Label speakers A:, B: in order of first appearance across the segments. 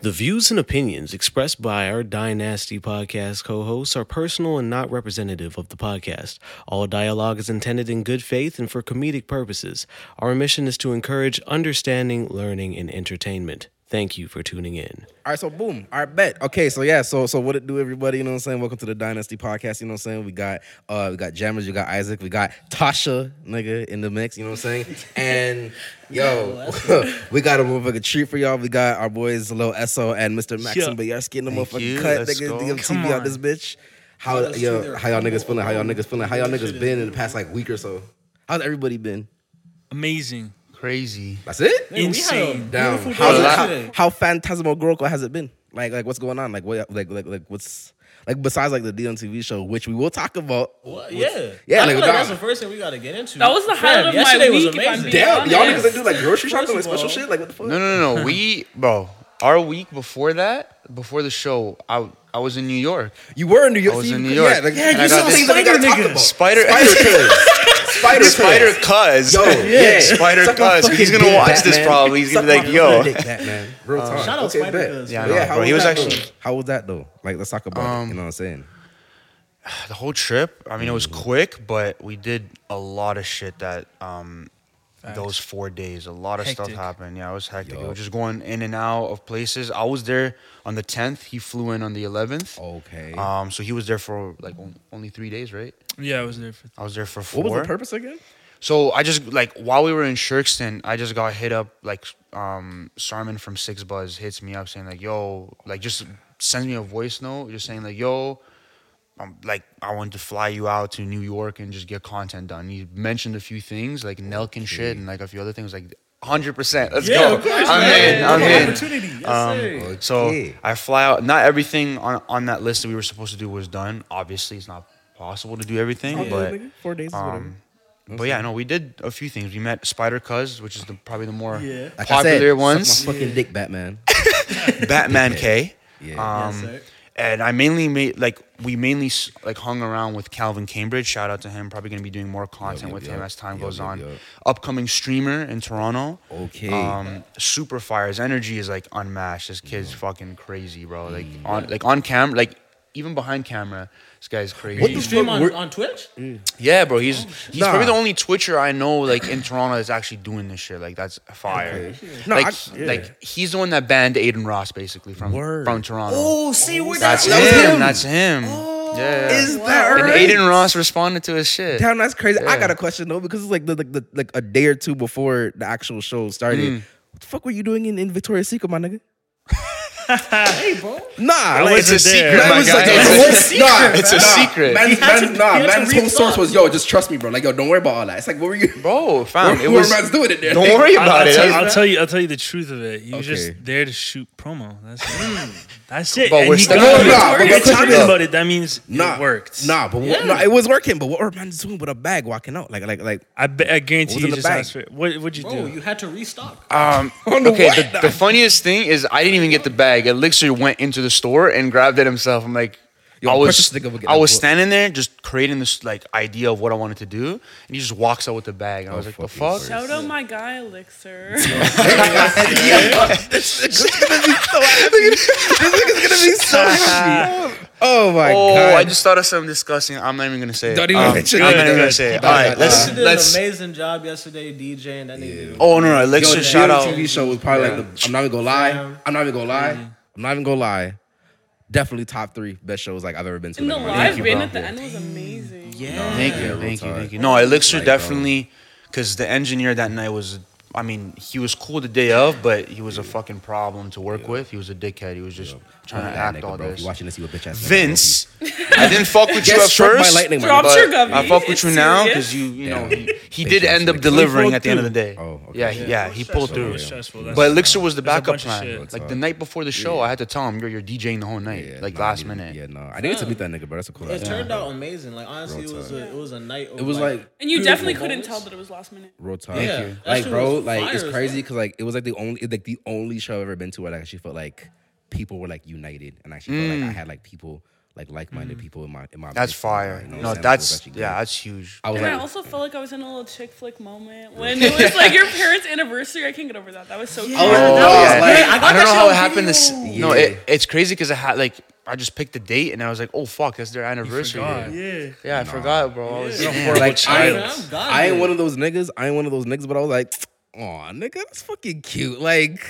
A: The views and opinions expressed by our Dynasty podcast co hosts are personal and not representative of the podcast. All dialogue is intended in good faith and for comedic purposes. Our mission is to encourage understanding, learning, and entertainment. Thank you for tuning in.
B: All right, so boom. All right, bet. Okay, so yeah, so so what it do, everybody? You know what I'm saying? Welcome to the Dynasty Podcast. You know what I'm saying? We got uh we got Jammers, you got Isaac, we got Tasha, nigga, in the mix. You know what I'm saying? And yo, we got a motherfucking treat for y'all. We got our boys Lil Esso and Mr. Maxim Bayarski in the motherfucking
C: you.
B: cut,
C: Let's
B: nigga.
C: go.
B: DMTV out this bitch. How yo, how y'all niggas feeling? How y'all niggas feeling? How y'all niggas been in the past like week or so? How's everybody been?
D: Amazing.
C: Crazy.
B: That's it?
D: Insane.
B: down.
D: Beautiful
B: How's
D: day
B: it,
D: today.
B: how, how phantasmagorical has it been? Like, like what's going on? Like, what, like, like, like, what's like besides like the DMTV show, which we will talk about.
E: Well, yeah,
B: yeah, like,
E: I feel like,
B: dog.
E: that's the first thing we got to get into.
F: That was the highlight of my
E: yesterday
F: week,
E: Was
F: if I'm
E: amazing.
F: being
B: Damn, y'all niggas
F: honest.
B: that do like grocery shopping, like
E: First of
B: special
E: all-
B: shit. Like, what the fuck?
C: No, no, no, no. we, bro, our week before that, before the show, I I was in New York.
B: You were in New York.
C: I was
B: so
C: in
B: you-
C: New York.
B: Yeah, like,
C: Yeah,
B: and
C: you
B: I got
C: saw
B: this- things
C: Spider
B: that we gotta
C: niggas.
B: talk about.
C: Spider-
B: spider killers. Spider
C: Spider
B: killers.
C: Cuz.
B: Yo, yeah,
C: Spider
B: Suck my
C: Cuz.
B: fucking
C: He's gonna
B: dick,
C: watch this
B: Batman.
C: probably. He's gonna be
B: Suck
C: like,
B: my
C: yo.
B: fucking dick, Batman. Real talk.
E: shout out
B: okay,
E: Spider
B: bet.
E: Cuz,
C: Yeah, I
B: But
C: know,
B: how
C: bro. He was
B: that
C: actually-
B: though? How was that though? Like, let's talk about it. You know what I'm saying?
C: the whole trip, I mean, it was quick, but we did a lot of shit that um, those four days. A lot of stuff
D: Hectic.
C: happened. Yeah, it was hectic. We
B: Yup.
C: were just going in and out of places. I was there on the 10th. He flew in on the 11th.
B: Okay.
C: Um, so he was there for like on- only three days, right?
D: Yeah, I was there for
C: I was there for four.
B: what was the purpose again?
C: So I just like while we were in Shirkston, I just got hit up like um Sarman from Six Buzz hits me up saying like yo like just sends me a voice note just saying like yo um like I wanted to fly you out to New York and just get content done. You mentioned a few things like Nelk and shit and like a few other things like 100%. Let's
E: Yeah,
C: go.
E: of course,
C: I'm
E: man.
C: in. I'm in.
D: opportunity. Yes,
C: Um, so
B: Okay.
C: I fly out. Not everything on, on that list that we were supposed to do was done. Obviously, it's not possible to do everything, but
B: nigga, four days is whatever.
C: um, but yeah, no, we did a few things. We met Spider Cuz, which is the, probably the more
D: Yeah.
B: Like I said,
C: popular
B: suck
C: ones.
B: My fucking dick, Batman.
C: Batman K.
B: Yeah.
C: Um,
E: sir.
C: and I mainly made like we mainly s- like hung around with Calvin Cambridge. Shout out to him. Probably gonna be doing more content
B: yep,
C: with
B: yep.
C: him as time
B: Yep,
C: goes
B: yep,
C: on.
B: yep.
C: Upcoming streamer in Toronto.
B: Okay.
C: Um, super fires energy is like unmatched. This kid's fucking crazy, bro. Like on like on camera, like even behind camera, this guy's crazy.
B: What the
E: You stream
B: fuck
E: on,
B: were-
E: on Twitch?
C: Yeah, bro. He's he's
B: Nah.
C: probably the only Twitcher I know like in Toronto that's actually doing this shit. Like that's fire.
B: No,
C: like
B: I- yeah.
C: like he's the one that banned Aiden Ross basically from
B: Word.
C: from Toronto.
B: Oh,
E: see what
C: that's
B: that was
C: him.
B: him. Oh.
C: That's him. yeah.
B: Is that
C: and
B: right?
C: Aiden Ross responded to his shit.
B: Damn, that's crazy. I
C: Yeah.
B: got a question though, because it's like the, like the like a day or two before the actual show started.
C: Mm.
B: What the fuck were you doing in, in Victoria's Secret, my nigga? hey, bro. Nah, like,
C: it's a secret,
B: nah, it
C: my
B: was
C: guy.
B: like, nah,
C: It's a-
B: nah,
C: It's a
B: nah.
C: secret.
B: Man's, man's,
E: to-
B: nah,
E: he had to
B: man's whole
E: rethought.
B: source was yo, just trust me, bro. Like yo, don't worry about all that. It's like, what were you?
C: Bro,
B: what
C: fam, it
B: were
C: was.
B: man's doing in there?
C: Don't worry
D: I'll,
C: about
D: I'll
C: it.
D: Tell you,
C: That's-
D: I'll tell you. I'll tell you the truth of it. You was
B: Okay.
D: just there to shoot promo. That's
E: Hmm.
D: it. that's it.
C: But
D: and
C: we're
D: you
C: still-
D: got
B: No,
D: it.
B: nah, but
D: You're
B: look at
D: talking
B: this.
D: about it. That means
B: Nah,
D: it worked.
B: Nah, but what, nah, it was working. But what were man's doing with a bag walking out? Like, like, like.
D: I, be, I guarantee
B: What was in
D: you
B: the
D: just
B: bag?
D: asked for it. What would you
E: Bro,
D: do?
E: you had to restock.
C: Um,
B: the
C: okay,
B: what
C: the, the funniest thing is I didn't even get the bag. Elixir went into the store and grabbed it himself. I'm like,
B: Yo,
C: I
B: precious
C: was,
B: nigga would get
C: I
B: that
C: was
B: book.
C: standing there just creating this like idea of what I wanted to do, and he just walks out with the bag.
B: Oh,
C: And I was like, the
B: fucking
C: fuck?
F: Shout out my guy Elixir.
B: It's gonna be so happy. Oh my
C: Oh,
B: god!
C: I just thought of something disgusting. I'm not even gonna say it.
B: Don't even
C: Um,
B: mention
C: I'm
B: it.
C: not even gonna
D: Good.
C: say it.
B: Good.
C: All right,
E: Elixir
C: let's
E: did
C: let's.
E: an amazing job yesterday DJing. That nigga did
C: Oh no, no,
B: Yo,
C: Elixir,
B: the
C: shout out.
B: TV show was probably like the, I'm not even gonna lie.
E: Yeah.
B: I'm not even gonna lie.
C: Mm-hmm.
B: I'm not even gonna lie. Definitely top three best shows like I've ever been to.
F: And the
B: Like, my-
F: live
B: Thank you,
F: bin
B: bro.
F: at the end was amazing. Yeah.
C: Thank
B: Yeah,
C: you,
B: real
C: thank you,
B: talk.
C: thank you. No, Elixir
B: Like, um,
C: definitely, because the engineer that night was, I mean, he was cool the day of, but he was a fucking problem to work with. He was a dickhead. He was just trying
B: Nah,
C: to act
B: nigga,
C: all
B: bro, if
C: this.
B: You watching this? You a bitch ass. nigga.
C: Vince, I didn't fuck with you
B: Get
C: at
B: struck by
C: first.
B: lightning, my
F: Drop
B: nigga.
C: but
F: your gummy.
C: I fuck with
F: It's
C: you now
F: serious.
C: because you, you know,
B: Yeah.
C: he, he
B: They
C: did
B: just
C: end up
B: like-
C: delivering at the end of the day.
B: Oh, okay.
C: Yeah, yeah, he pulled through.
D: It's stressful. That's-
C: But Elixir was the
D: There's a
C: backup
D: bunch of
C: plan.
D: shit.
C: Like the night before the show, I had to tell him you're you're DJing the whole night,
B: Yeah,
C: like
B: nah, I
C: last
B: needed-
C: minute.
B: Yeah, no, I needed to meet that nigga, bro. That's a cool.
E: it. It
B: ass
E: turned
B: nigga.
E: out amazing. Like honestly, it was a, it was a night. Of,
B: It was like
F: And you definitely
E: beautiful
F: couldn't
E: moments.
F: tell that it was last minute.
B: real talk.
C: Thank Yeah, you.
E: that
B: Like,
E: shit
B: bro,
E: was
B: like it's
E: fire as
B: crazy
E: fuck.
B: because like it was like the only like the only show I've ever been to where I actually felt like people were like united and I actually felt like I had like people like like-minded people in my in my.
C: Mm. That's
B: business,
C: fire.
B: you know what I'm
C: No,
B: saying? That was
C: that's
B: actually good.
C: yeah, that's huge.
B: I was
F: And I
B: like,
F: also felt like I was in a little chick flick moment when it was like your parents' anniversary. I can't get over that. That was so cute.
C: Oh, yeah.
E: like- I got
C: I,
E: that
C: don't know
E: shit
C: how
E: on
C: it happened. This no,
B: Yeah.
C: it, it's crazy because I had like I just picked the date and I was like, oh fuck, that's their anniversary.
D: God,
C: Yeah,
D: yeah.
C: I forgot, bro. I was-
D: You're a
C: damn.
D: horrible
B: like,
D: child.
E: I'm
B: I,
E: God,
B: I ain't
E: dude.
B: one of those niggas. I ain't one of those niggas. But I was like, aw, nigga, that's fucking cute. Like,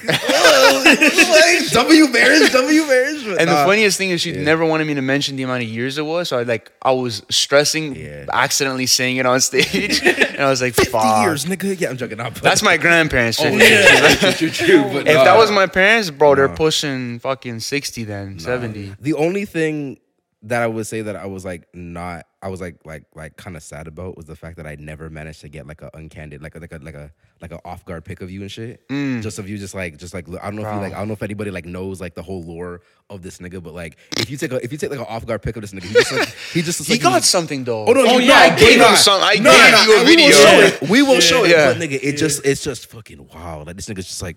B: like W marriage, W marriage. But
C: And the
B: nah.
C: funniest thing is, she never wanted me to mention the amount of years it was. So I like, I was stressing,
B: Yeah.
C: accidentally saying it on stage, and I was like,
B: fifty
C: "Fuck,
B: years, nigga. Yeah, I'm joking. I'm
C: that's my grandparents."
B: Oh,
C: 50.
B: yeah. true, true, true, but
C: If
B: nah.
C: that was my parents, bro, they're pushing fucking sixty then, seventy.
B: The only thing that I would say that I was like not I was like like like kind of sad about was the fact that I never managed to get like a uncandid like a like a like a like a off guard pick of you and shit.
C: Mm.
B: Just of you just like just like I don't know if you like I don't know if anybody like knows like the whole lore of this nigga, but like if you take a if you take like an off guard pick of this nigga, he just like he just looks
C: He
B: like
C: got something though.
B: Oh no!
E: Oh,
B: you,
E: yeah, I
B: no,
E: gave
B: no,
C: him
B: no.
C: some-
B: No,
C: I gave
B: no,
C: you a
B: no, we
C: video.
B: will show it. We will show it.
C: Yeah.
B: But nigga, it just it's just fucking wild. Like this nigga's just like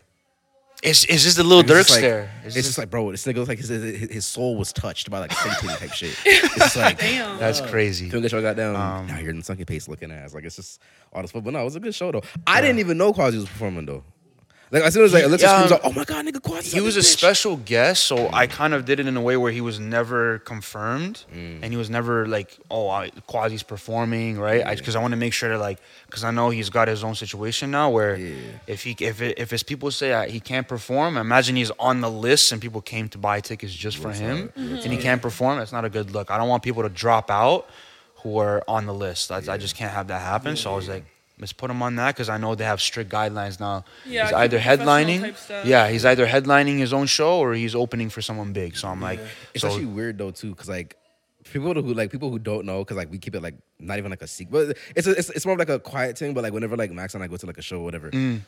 C: It's it's just the little
B: it's
C: Dirk
B: just like-
C: stare.
B: It's, just like, bro, this nigga was like his, his, his soul was touched by like Satan type shit. It's just like, damn.
F: Damn.
C: that's crazy.
B: Don't get y'all got down.
C: Um,
B: now you're in the sunken pace looking ass. Like it's just all this. But no, it was a good show though. I didn't even know Quasi was performing though. Like as soon as like Alexa
C: Yeah,
B: screams
C: um,
B: out, "Oh my god, nigga, Quasi!"
C: He was a Mm. special guest, so I kind of did it in a way where he was never confirmed, and he was never like, "Oh, I, Quasi's performing," right? Because I, want to make sure that, like, because I know he's got his own situation now where if he if it, if his people say uh, he can't perform, imagine he's on the list and people came to buy tickets just for him,
F: Mm-hmm.
C: and he can't perform. That's not a good look. I don't want people to drop out who are on the list. I, I just can't have that happen. so I was like. Let's put him on that because I know they have strict guidelines now.
F: Yeah,
C: he's
F: keep
C: either
F: it professional
C: headlining,
F: type stuff.
C: yeah, Uh, he's either headlining his own show or he's opening for someone big. So I'm like,
B: It's
C: so
B: actually weird though too, because like people who like people who don't know, because like we keep it like not even like a secret. But it's, a, it's it's more of like a quiet thing. But like whenever like Max and I go to like a show or whatever,
C: Mm.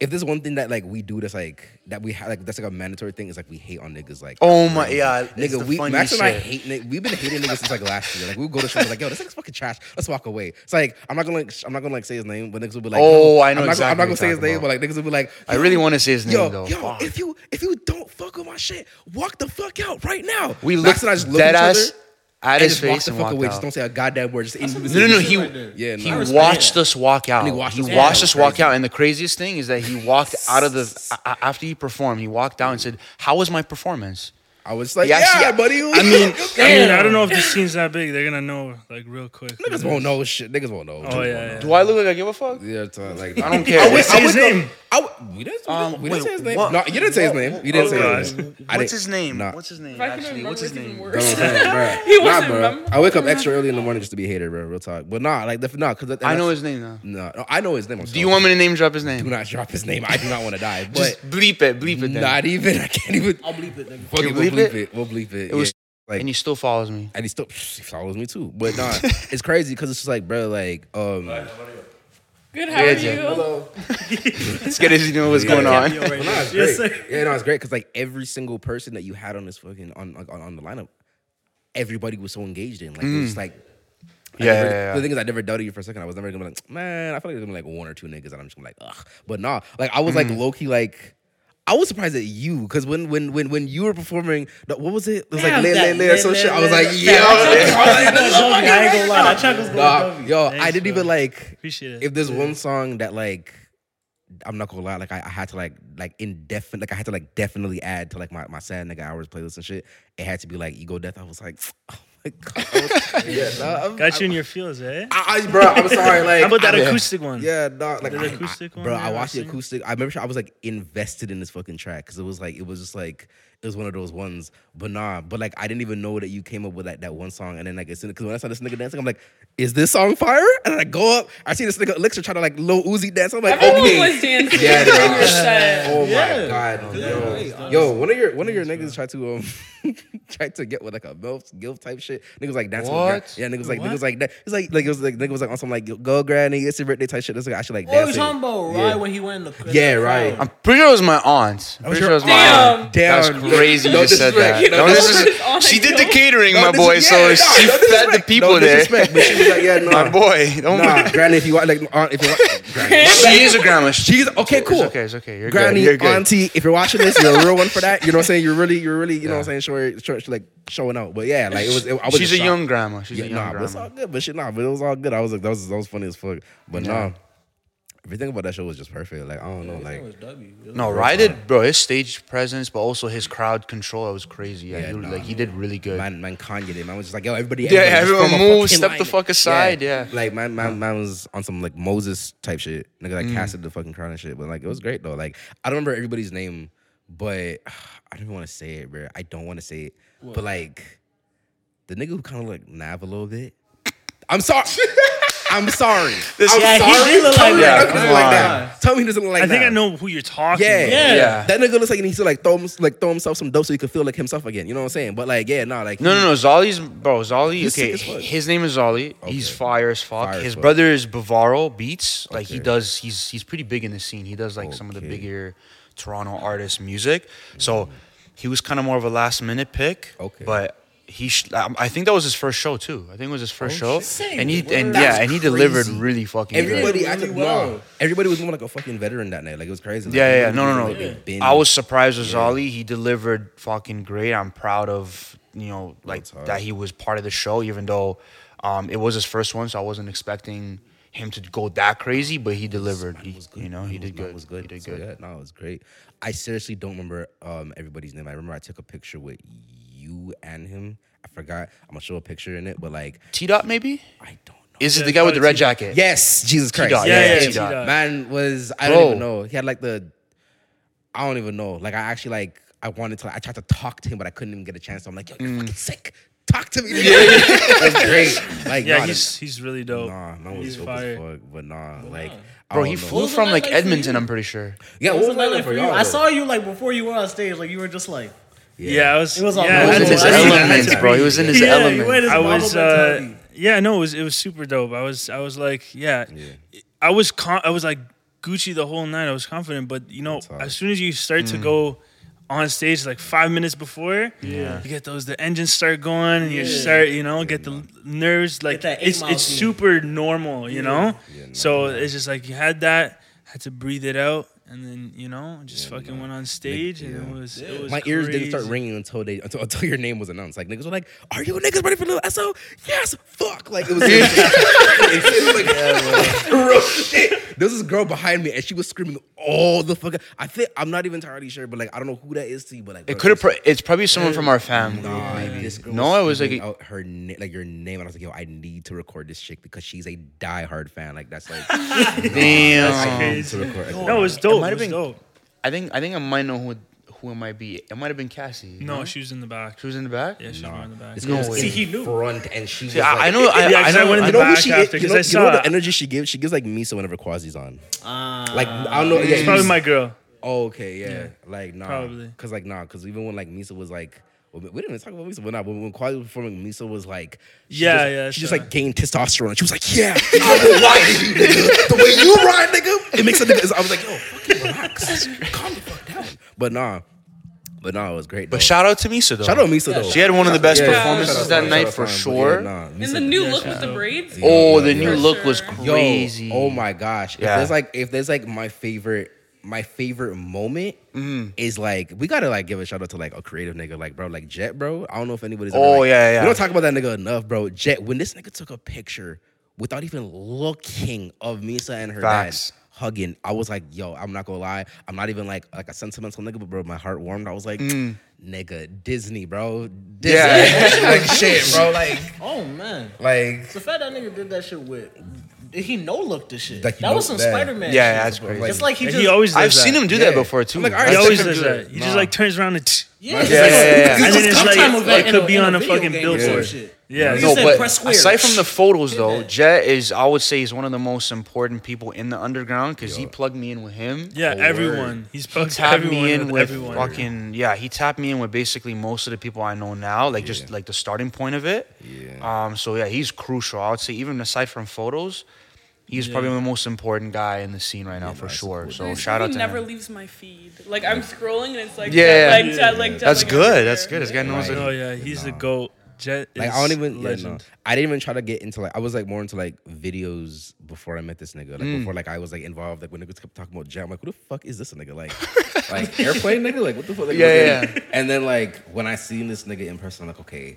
B: if there's one thing that like we do that's like that we have like that's like a mandatory thing is like we hate on niggas like.
C: oh my yeah, it's the
B: Nigga, we
C: funny
B: Max and I
C: shit.
B: hate niggas. We've been hating niggas since like last year. Like we would go to shows like, yo, this nigga's fucking trash. Let's walk away. It's like I'm not gonna like, sh- I'm not gonna like say his name, but niggas will be like,
C: Oh,
B: yo,
C: I know
B: I'm not, gonna-
C: exactly
B: I'm not
C: what
B: gonna say
C: you're
B: his name,
C: talking
B: but like niggas will be like,
C: I really wanna say his name,
B: yo,
C: though.
B: Yo,
C: Fuck.
B: if you if you don't fuck with my shit, walk the fuck out right now.
C: we
B: Max
C: looked
B: and I just looked
C: dead
B: at each
C: ass
B: other
C: at
B: and
C: his
B: just walked
C: face
B: the
C: and
B: fuck
C: walked
B: away.
C: out.
B: Just don't say a goddamn word. Just
C: no, no, no. He
E: Right there.
B: Yeah,
C: he
B: no. I
E: respect
C: watched
E: that.
C: us walk out.
B: he
C: He
B: watched
C: watched,
B: us walk out.
C: us walk out, and the craziest thing is that he walked out of the a- a- after he performed. He walked out and said, "How was my performance?"
B: I was like,
C: He actually-
B: yeah, buddy.
C: I mean,
D: I mean, I don't know if this team's that big. They're gonna know like real quick.
B: niggas won't know shit. Niggas won't know.
D: Oh yeah, yeah.
C: do I look like I give a fuck?
B: Yeah, it's, uh, like I
C: don't care.
B: would-
C: Wait,
D: say his
B: would go-
D: name.
B: I would- we didn't, we didn't,
C: Um,
B: we didn't
C: wait,
B: say his name.
C: what-
B: no, you didn't say his name. You didn't say his
D: Oh, God.
B: name. I didn't-
C: What's his name?
B: Nah.
C: What's his name?
F: If I can
C: Actually,
F: remember,
C: what's his
F: it's
C: name?
F: even
B: Bro,
F: worse.
B: bruh.
F: He
B: Nah,
F: wasn't
B: bruh.
F: remember.
B: I wake up extra early in the morning just to be hated, bro. Real talk. But nah, like if nah, cause that-
C: I know
B: that's-
C: his name now.
B: No, no, I know his name. I'm
C: Do you want me to name drop his name?
B: Do not drop his name. I do not want to die. But
C: Just bleep it, bleep it. Then.
B: not even. I can't even.
E: I'll bleep it, nigga.
B: Fuck
C: You
B: it, we'll
C: bleep
B: bleep
C: it?
B: it. We'll bleep it.
C: It was-
B: yeah. like
C: and he still follows me.
B: and he still he follows me too. But nah, it's crazy because it's just like, bro, like um.
F: Good, how are
C: Yeah,
F: you?
C: Let's get his. You know what's going on.
B: Well, no, it's great.
D: Yes, sir.
B: Yeah, no, it's great because like every single person that you had on this fucking on like, on, on the lineup, everybody was so engaged in. Like it
C: Mm.
B: was just like. I
C: Yeah,
B: never-
C: yeah, yeah.
B: The thing is, I never doubted you for a second. I was never gonna be like, man, I feel like there's gonna be like one or two niggas, and I'm just gonna be like, ugh. But nah, like I was like low key like. I was surprised at you because when when when when you were performing, the- what was it? It was like
E: Damn,
B: lay lay
E: that
B: lay
E: lay,
B: or some
E: lay,
B: shit. I was
E: lay.
B: like, yo, I was like,
D: Joking, I ain't gonna lie. That chuckle's going
B: Nah,
D: dovey.
B: yo,
D: Thanks,
B: I didn't
D: bro.
B: even like.
D: Appreciate it.
B: If there's one song that like, I'm not gonna lie, like I, I had to like like indefinite, like I had to like definitely add to like my, my sad nigga hours playlist and shit. It had to be like ego death. I was like, oh my god, I was- yeah, nah, I'm-
D: Got you in your feels, eh?
B: I, I, bro, I'm sorry. Like,
D: How about that
B: I-
D: acoustic one?
B: Yeah, nah, like
D: The
B: I- I-
D: Mm. acoustic one
B: bro, I
D: you were
B: watched the
D: singing?
B: acoustic. I remember I was like invested in this fucking track because it was like it was just like it was one of those ones. But nah, but like I didn't even know that you came up with like that one song. And then like as soon because when I saw this nigga dancing, I'm like, is this song fire? And then I go up, I see this nigga Elixir trying to like low Uzi dance. I'm like,
F: Everyone
B: okay.
F: was dancing
B: Yeah,
F: during
B: nah.
F: your set.
B: Oh my
E: Yeah.
B: god, yo,
E: Yeah.
B: yo! One of your one of your niggas tried to um tried to get with like a milf gilf type shit. Niggas like dancing. With
C: What?
B: gra- yeah, niggas like
D: What?
B: niggas like that. It's like like it was like nigga was like on some like go granny, it's your birthday type shit. This nigga actually like
E: Oh, you
B: dancing.
E: talking about right
B: Yeah.
E: when he went in the in
B: Yeah,
E: the
B: right.
E: crowd.
C: I'm pretty sure it was my aunt. I'm pretty
B: your
C: sure it was my
F: aunt.
C: aunt.
B: Damn,
C: That's
B: yo,
C: crazy. crazy you
B: No
C: just said that.
B: disrespect. No
C: No, this
F: disrespect.
C: is- she did the catering,
B: No
C: my
B: dis-
C: boy. so
B: Oh, yeah, no,
C: she
B: no
C: fed the
B: disrespect.
C: people
B: no
C: there.
B: Disrespect, but she was like, yeah, no.
C: My boy, don't.
B: Nah, granny, if you want, like, aunt, if you want, granny.
C: She is a grandma. She,
B: She's okay, cool.
C: It's okay. It's okay. You're
B: Granny,
C: good. You're good.
B: auntie, if you're watching this, you're a real one for that. You know what I'm saying? You're really, you're really, you know what I'm saying? Showing, show, like showing out. But yeah, like it was. It, I was
C: She's
B: just
C: a
B: shocked.
C: young grandma. She's a
B: Yeah,
C: young
B: nah, but it's all
C: grandma.
B: good. But shit, nah, but it was all good. I was like, that was that was funny as fuck. But nah, everything about that show was just perfect. Like I don't know, like
C: No, Ryder, bro, his stage presence, but also his crowd control, it was crazy. Yeah,
B: Yeah,
C: he-
B: nah.
C: like he did really good.
B: man, man, Kanye did. Man was just like, yo, everybody,
C: Yeah,
B: everybody just
C: everyone
B: form a
C: move,
B: fucking
C: step the
B: line.
C: fuck aside, yeah.
B: like man, man, man was on some like Moses type shit. Nigga, like
C: Mm.
B: casted the fucking crown and shit. But like, it was great though. Like I don't remember everybody's name, but I don't even want to say it, bro. I don't want to say it. But like, the nigga who kind of like nav a little bit. I'm sorry. I'm sorry. I'm
E: Yeah, he
B: sorry.
E: do look
B: Tell
E: like
B: me
E: that.
B: he doesn't look like
C: Come
B: that. Tell me he doesn't look like
D: I
B: that.
D: think I know who you're talking.
B: Yeah.
D: about.
E: Yeah.
C: Yeah.
B: That nigga looks like he needs to like throw him, like throw himself some dope so he can feel like himself again. You know what I'm saying? But like, yeah, no, like
C: No, no, no. Zolly's bro. Zolly.
B: He's
C: Okay,
B: sick as fuck.
C: his name is Zolly. He's
B: Okay.
C: fire as fuck.
B: Fire as
C: his
B: fuck.
C: brother is Bavaro Beats. Like he
B: Okay.
C: does. He's he's pretty big in the scene. He does like some of the
B: Okay.
C: bigger Toronto artists' music. So he was kind of more of a last minute pick.
B: Okay.
C: but. He, sh- I I think that was his first show too. I think it was his first show,
E: shit.
C: and he,
E: Same.
C: and
B: Oh, That's
C: yeah, and he delivered
B: crazy.
C: really fucking. good.
B: everybody
E: Really
B: acted
E: well.
B: no. Everybody was more like a fucking veteran that night. Like it was crazy. Like,
C: Yeah, yeah, yeah.
B: everybody
C: No, no,
B: was,
C: no.
B: like, they've been-
C: I was surprised with Zolly. He delivered fucking great. I'm proud of you know like
B: hard.
C: that he was part of the show, even though um, it was his first one, so I wasn't expecting him to go that crazy. But he delivered. He, you know, he
B: It was-
C: did
B: no, it
C: good.
B: Was good.
C: He did
B: So,
C: good.
B: yeah, no, it was great. I seriously don't remember um, everybody's name. I remember I took a picture with you and him. I forgot. I'm gonna show a picture in it, but like
C: T dot maybe
B: I don't know.
C: is it
D: Yeah,
C: the guy with the red
D: T-Dot.
C: jacket?
B: Yes, Jesus Christ.
C: T-Dot,
D: yeah, yeah,
B: T-Dot.
D: T-Dot.
B: Man was I
C: Bro.
B: don't even know. He had like the I don't even know. Like I actually like I wanted to. I tried to talk to him, but I couldn't even get a chance. So I'm like, yo,
C: Mm.
B: you're fucking sick. Talk to me. Yeah, That's great. Like,
D: Yeah,
B: nah,
D: he's he's really dope.
B: nah, man was
D: he's
B: dope
D: fire.
B: as fuck. But nah, like, I
C: Bro,
B: don't
C: he
B: know.
C: flew
E: was the
C: from
E: night
C: like
E: like for
C: Edmonton.
E: you?
C: I'm pretty sure.
B: Yeah,
E: What was
B: that
E: that
B: like
E: like for you? I saw you like before you were on stage. Like you were just like,
D: Yeah. I was.
E: It was on
D: yeah,
E: Moses.
D: I
C: He
D: had to- I had
C: was in his
D: to
C: elements,
D: breathe.
C: bro. He was in his
E: Yeah, you
C: elements.
E: went his
D: I
E: mama
D: was.
E: mentality.
D: Uh, yeah, no, it was it was super dope. I was I was like, yeah, I was con- I was like Gucci the whole night. I was confident, but you know,
B: hard.
D: as soon as you start to go on stage like five minutes before, yeah. you get those the engines start going and you
E: Yeah.
D: start you know get the nerves like
E: that eight
D: it's
E: mile
D: it's
E: feeling.
D: super normal, you know.
B: Yeah, no,
D: so it's just like you had that, had to breathe it out. And then you know, just fucking went on stage, and it was it was
B: My ears didn't start
D: crazy.
B: ringing until they until, until your name was announced. Like niggas were like, "Are you niggas ready for little SO?" Yes, fuck. Like it was. it was like, real shit. There was this girl behind me, and she was screaming all the fuck. I think I'm not even entirely sure, but like I don't know who that is to you, but like
C: It could have. Pro- it's probably someone from our family.
B: maybe this girl
C: No, it was like
B: screaming out her na- like your name, and I was like, "Yo, I need to record this shit because she's a diehard fan." Like that's like,
C: damn.
B: I need to record.
D: No, it was dope. It,
C: might have
D: was
C: been-
D: dope.
C: I think I think I might know who who it might be. It might have been Cassie.
D: No, she was in the back.
C: she was in the back.
D: Yeah, she was in the back.
B: This
C: No
B: girl's
C: way.
B: in
C: See,
E: he knew.
B: front, and she. was
C: Yeah, I, I
B: like-
C: know. I,
D: Yeah,
C: I
D: 'cause
C: know.
D: I went in
C: I
D: the
C: know
B: You know who
D: back
B: she
D: after,
B: is? You
D: 'cause
B: know,
D: I
B: you know
D: saw-
B: the energy she gives? She gives like miso whenever Quasi's on.
E: ah,
B: Like I don't know. Yeah,
D: It's probably my girl.
B: Oh, okay, yeah. Like nah,
D: Probably.
B: Cause like nah, cause even when like Misa was like. well, We didn't even talk about Misa, but nah, but when Quasi was performing, Misa was like, she
D: Yeah,
B: just,
D: yeah,
B: she just
D: sure.
B: like gained testosterone. and She was like, yeah, I will ride you, nigga. The way you ride, nigga, it makes a nigga. I was like, yo, fucking relax, calm the fuck down. But nah, but nah, it was great.
C: But
B: though.
C: shout out to Misa though.
B: shout out Misa though.
C: She had one of the best
B: Yeah,
C: performances
B: shout out,
C: that
B: shout
C: night
B: out,
C: for
B: shout out,
C: sure.
B: but yeah, nah,
F: And
B: Misa
F: the new look with the braids.
C: Oh,
B: Yeah,
C: the
B: yeah,
C: new
F: yeah.
C: look was
F: Yo,
B: Yo,
C: crazy.
B: oh my gosh.
C: Yeah.
B: If there's like if there's like my favorite my favorite moment
C: Mm-hmm.
B: is like we gotta like give a shout out to like a creative nigga like bro like Jet bro. I don't know if anybody's ever,
C: Oh,
B: like-
C: yeah, yeah.
B: We don't talk about that nigga enough, bro. Jet when this nigga took a picture without even looking of Misa and her
C: Facts.
B: dad hugging, I was like, yo, I'm not gonna lie, I'm not even like like a sentimental nigga, but bro, my heart warmed. I was like,
C: Mm.
B: nigga, Disney, bro, Disney,
C: Yeah.
B: like shit, bro, like
E: oh man,
B: like
E: the fact that nigga did that shit with, he no looked the shit.
B: Like, he
E: that was some
B: no- yeah.
E: Spider Man.
C: Yeah, that's crazy.
E: It's like he
D: And
E: just
D: he always. Does
C: I've
D: that.
C: seen him do
B: Yeah.
C: that before too.
B: I'm like, all
C: I've
B: right,
D: He
C: seen
D: always
C: him
D: does
C: do
D: that. He just
C: Nah.
D: like turns around and. tch-
E: yeah, it's
B: Yeah,
E: like-
B: yeah,
D: yeah, yeah.
E: it's
D: And then
E: just
D: it's like-
E: sometime
D: it
E: of that
D: could
E: in a-
D: be
E: in a
D: on a
E: video
D: fucking
E: game
D: billboard.
E: or some
D: Yeah.
E: shit.
D: Yeah.
E: You
D: No,
E: said
C: but
E: press square.
C: aside from the photos
E: Did
C: though,
E: that.
C: Jet is I would say he's one of the most important people in the underground because he plugged me in with him.
D: Yeah, everyone. He's
C: he
D: fucked
C: tapped
D: everyone
C: me in
D: with
C: with
D: everyone.
C: fucking yeah. He tapped me in with basically most of the people I know now, like just like the starting point of it.
B: Yeah.
C: Um. So yeah, he's crucial. I would say even aside from photos, He's probably the most important guy in the scene right now for sure. So
F: There's
C: shout out
F: something
C: to
F: never
C: him.
F: leaves my feed. Like I'm scrolling and it's like
C: Yeah.
F: Jet Lag, Jet Lag, Jet
C: That's
F: Lag everywhere.
C: good. That's good. This guy knows
B: Right.
C: it.
D: Oh yeah, he's the goat. Jet is
B: Like I don't even yeah, no.
D: legend.
B: I didn't even try to get into like I was like more into like videos before I met this nigga. Like
C: Mm.
B: before like I was like involved, like when niggas kept talking about jam, like who the fuck is this nigga? Like like airplane nigga? Like what the fuck? Like,
C: Yeah,
B: okay.
C: yeah, yeah.
B: And then like when I seen this nigga in person, I'm like, okay,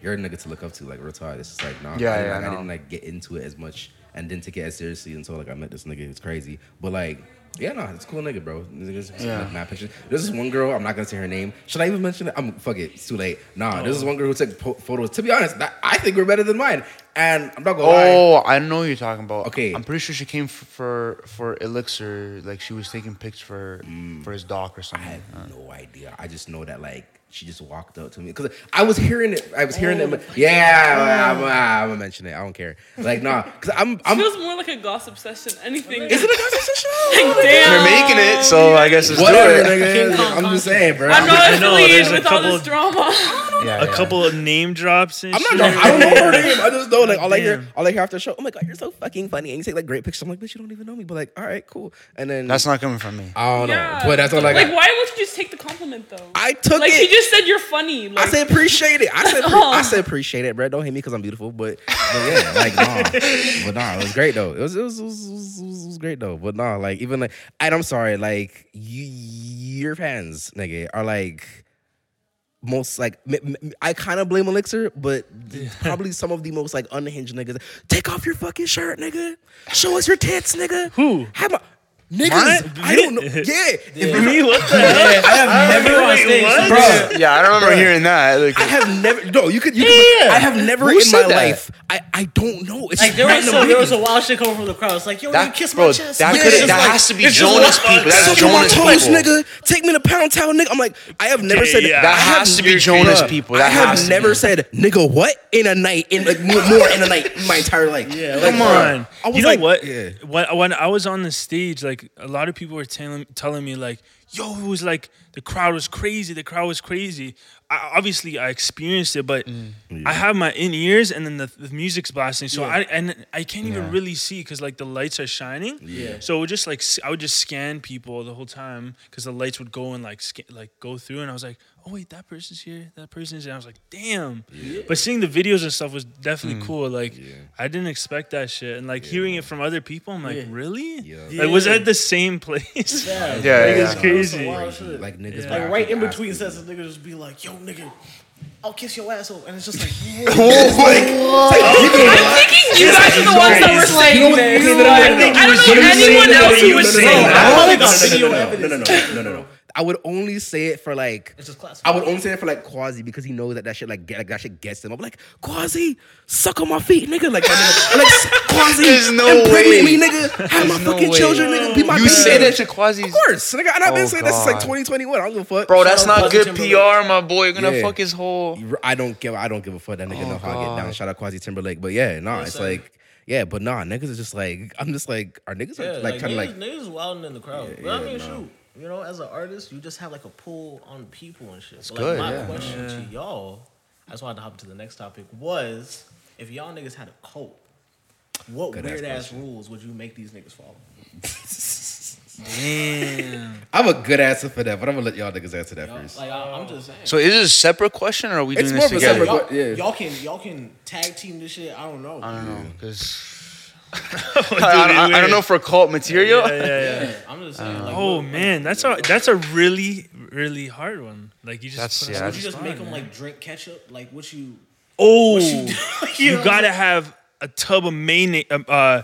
B: you're a nigga to look up to, like retard. It's just like nah,
C: Yeah,
B: I, didn't,
C: yeah,
B: like, I
C: no.
B: didn't like get into it as much and didn't take it as seriously until like I met this nigga. It's crazy. But like yeah, no, it's a cool nigga, bro. Niggas-
C: Yeah.
B: mad pictures. There's this one girl. I'm not gonna say her name. Should I even mention it? I'm fuck it. It's too late. Nah, there's
C: Oh.
B: this one girl who took po- photos. To be honest, that, I think we're better than mine, and I'm not gonna lie.
C: Oh, I know who you're talking about.
B: Okay.
C: I'm pretty sure she came f- for for Elixir. Like she was taking pics for for his doc or
B: I
C: something.
B: have no idea. I just know that like she just walked up to me because I was hearing it. I was hearing
C: Oh.
B: it. but- Yeah, I'm, I'm, I'm gonna mention it. I don't care. Like nah, because I'm.
F: It
B: I'm
F: feels more like a gossip session. Anything.
B: is it a conversation show?
F: like, damn.
C: They're making it, so I guess it's
B: Whatever,
C: good.
B: nigga. I'm just saying, bro.
F: I'm not
D: I know,
F: affiliated
D: there's a
F: with all this
D: couple-
F: drama.
C: Yeah,
D: A
C: yeah.
D: couple of name drops and
B: I'm not.
D: shit.
B: Gonna, I don't know her name. I just know like all I hear,
D: Damn.
B: all I hear after the show. Oh my god, you're so fucking funny, and you take like great pictures. I'm like, bitch, you don't even know me, but like, all right, cool. And then
C: That's not coming from me.
B: I don't
F: Yeah.
B: know, but that's all I got.
F: Like, why would you just take the compliment though?
B: I took
F: like she
B: it.
F: just said you're funny. Like,
B: I said appreciate it. I said
F: That's
B: pre-
F: all.
B: I said appreciate it, bro. Don't hate me because I'm beautiful, but, but yeah, like nah, but nah, it was great though. It was it was, it was, it was, it was great though, but nah, like even like and I'm sorry, like you, your fans, nigga, are like most like m- m- I kind of blame Elixir, but th- probably some of the most like unhinged niggas. Take off your fucking shirt, nigga. Show us your tits, nigga.
D: Who?
B: Have a- niggas? I don't know. Yeah, if you
D: Me? What the hell?
E: I have never on stage.
D: what?
B: bro.
C: Yeah, I don't remember hearing that. Like,
B: I have never. No, you could. You could
E: Yeah.
B: I have never
C: Who
B: in my
C: said that?
B: life. I, I don't know. It's
E: Like there was
B: random
E: some, there was
B: reading.
E: a wild shit coming from the crowd. It's like, yo, you
C: that,
E: kiss
C: bro,
E: my
C: that,
E: chest.
B: Yeah,
C: could
B: it's
C: that
B: like-
C: has to be
D: it's just
C: Jonas
D: like-
C: people. That's
D: Suck
B: Suck on my
C: Jonas
B: toes,
C: people.
B: nigga. Take me to Pound Town, nigga. I'm like, I have never said
D: yeah.
B: that.
C: That
B: I have
C: has to be Jonas people.
B: I
C: That has
B: have
C: to
B: never
C: be.
B: said nigga what in a night in like more, more in a night in my entire life. Yeah,
D: Come on.
B: I was
D: you know
B: like-
D: what?
B: Yeah.
D: When, when I was on the stage, like a lot of people were telling telling me like, yo, it was like the crowd was crazy. The crowd was crazy. I, obviously, I experienced it, but
B: Mm.
D: I have my in ears, and then the, the music's blasting, so I and I can't even really see because like the lights are shining. Yeah. So it would just like s- I would just scan people the whole time because the lights would go and like sca- like go through, and I was like. Oh wait, that person's here. That person's here. I was like, damn. But seeing the videos and stuff was definitely
C: Mm.
D: cool. Like, I didn't expect that shit, and like hearing it from other people, I'm like,
E: Yeah.
D: really?
E: Yeah.
D: Like, was that the same place?
E: Yeah,
C: Yeah, yeah,
E: Niggas
C: yeah.
D: Crazy.
E: wild shit.
B: Like niggas,
E: Like right in between sets, the niggas just be like, "Yo, nigga, I'll kiss your asshole," and it's just like,
F: I'm thinking you guys are the ones that were saying this. I, think I don't know anyone else who was saying that.
E: I
B: No,
E: only
B: no,
E: got video
B: no, no, no, no, no, no,
E: evidence.
B: no, no, no, no. I would only say it for like.
E: It's just classified.
B: I would only say it for like Quasi because he knows that that shit like, get, like that shit gets him. I'm like Quasi, suck on my feet, nigga. Like, I'm like Quasi,
C: There's no
B: impregnate
C: way.
B: me, nigga. Have my fucking
C: way.
B: children, nigga. Be my
C: You
B: baby,
C: say
B: nigga.
C: that to Quasi,
B: Of course, nigga. And I've been
C: Oh,
B: saying that since like
C: God.
B: 2021. I don't give a fuck,
C: bro. That's not good
E: Justin
C: PR, my boy. You're gonna
B: Yeah.
C: fuck his whole.
B: I don't give. I don't give a fuck. That
C: Oh,
B: nigga know how I get down. Shout out Quasi Timberlake. But yeah, nah, it's
E: sir.
B: like. Yeah, but nah, niggas is just like I'm just like are niggas
E: Yeah,
B: like, kind of like
E: niggas, niggas wilding in the crowd. but I mean, shoot, you know, as an artist, you just have like a pull on people and shit. So, like,
C: good,
E: my
C: yeah.
E: question to y'all, that's why I had to hop into the next topic was if y'all niggas had a cult, what
B: Good ass
E: weird ass rules would you make these niggas follow?
B: I'm a good answer for that, but I'm gonna let y'all niggas answer that
E: Y'all-
B: first.
E: like, I, I'm just saying.
C: So is it a separate question, or are we
B: It's
C: doing
B: more
C: this
B: of a
C: together?
B: separate-
E: y'all,
B: but- yeah.
E: y'all can y'all can tag team this shit. I don't know.
C: I don't know, 'cause-
D: Dude,
C: I, I- I
D: weird.
C: don't know for cult material.
D: Yeah, yeah, yeah.
E: I'm just saying. like,
D: Oh
E: what-
D: man, that's a that's a really really hard one. Like you just
C: That's-
D: put
C: yeah,
D: us-
E: Would
C: that's-
E: you just
D: fine,
E: make them
D: man.
E: like drink ketchup? Like what you?
D: oh
E: you do- you
D: you
E: know?
D: gotta have a tub of mayonnaise. um, Uh,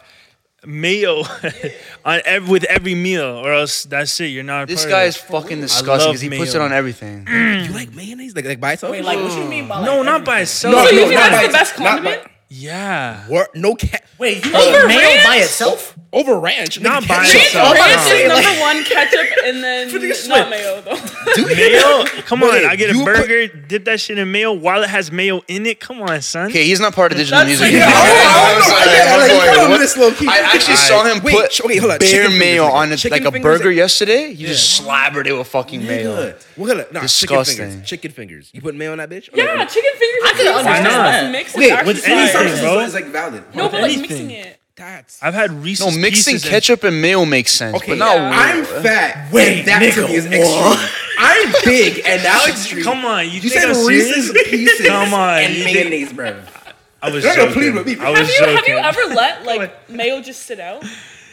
D: Mayo on every, with every meal, or else that's it. You're not. A
C: This
D: part
C: guy
D: of
C: is
D: it.
C: fucking disgusting
D: love
C: because he puts it
D: mayo.
C: on everything.
B: You like mayonnaise? Like like by itself?
E: Wait, like what you mean by like,
D: no, not
E: every-
D: by itself.
F: So you
B: no,
F: think
B: not
F: that's
B: by-
F: the best
B: not by-
F: condiment?
D: Yeah,
B: Wor- no cat
E: Wait, you
F: Over
E: like mayo
F: ranch?
E: by itself?
B: over ranch.
D: Not
B: nigga,
D: by
B: ketchup.
D: itself.
B: I'm about to
F: Ranch
B: say,
F: is
B: like,
F: number one ketchup, and then not mayo though.
D: mayo. Come on,
B: Wait,
D: I get
B: you
D: a
B: put-
D: burger, dip that shit in mayo while it has mayo in it. Come on, son.
C: Okay, he's not part of digital
F: That's
C: music.
F: like- Yeah,
B: I don't know, I
C: Yeah,
B: don't know,
C: my
B: like,
C: boy,
B: you know
C: what-
B: this low key.
C: I actually saw him
B: Wait,
C: put
B: sh- okay, hold on,
C: bare
B: chicken fingers,
C: mayo
B: nigga.
C: on a,
B: Chicken
C: like a
B: fingers,
C: burger
B: nigga.
C: yesterday. You just slathered it with fucking mayo.
B: Nigga, What kind of nah, chicken
C: Disgusting.
B: fingers? Chicken fingers. You put mayo on that bitch? Or like-
F: Yeah, chicken fingers. I
E: could
F: could
E: understand
D: that.
F: understand mix is
B: Wait,
F: actually
D: with
F: fire.
D: anything,
B: It's
D: bro.
B: like valid.
F: No, but like
D: anything.
F: mixing it.
B: That's
D: I've had recent
C: No, mixing ketchup and mayo makes sense.
B: okay.
C: but not
B: I'm fat. Wait, that to me is extreme. I'm big, and now it's extreme.
D: Come on, you,
B: You
D: think
B: said
D: I'm serious?
B: Reese's pieces
D: Come on,
B: and
D: you did-
B: mayonnaise, bro.
D: I was
B: You're not gonna plead
D: joking.
B: with me.
D: I
F: Have
D: was
F: you, have
D: joking.
F: you ever let like mayo just sit out?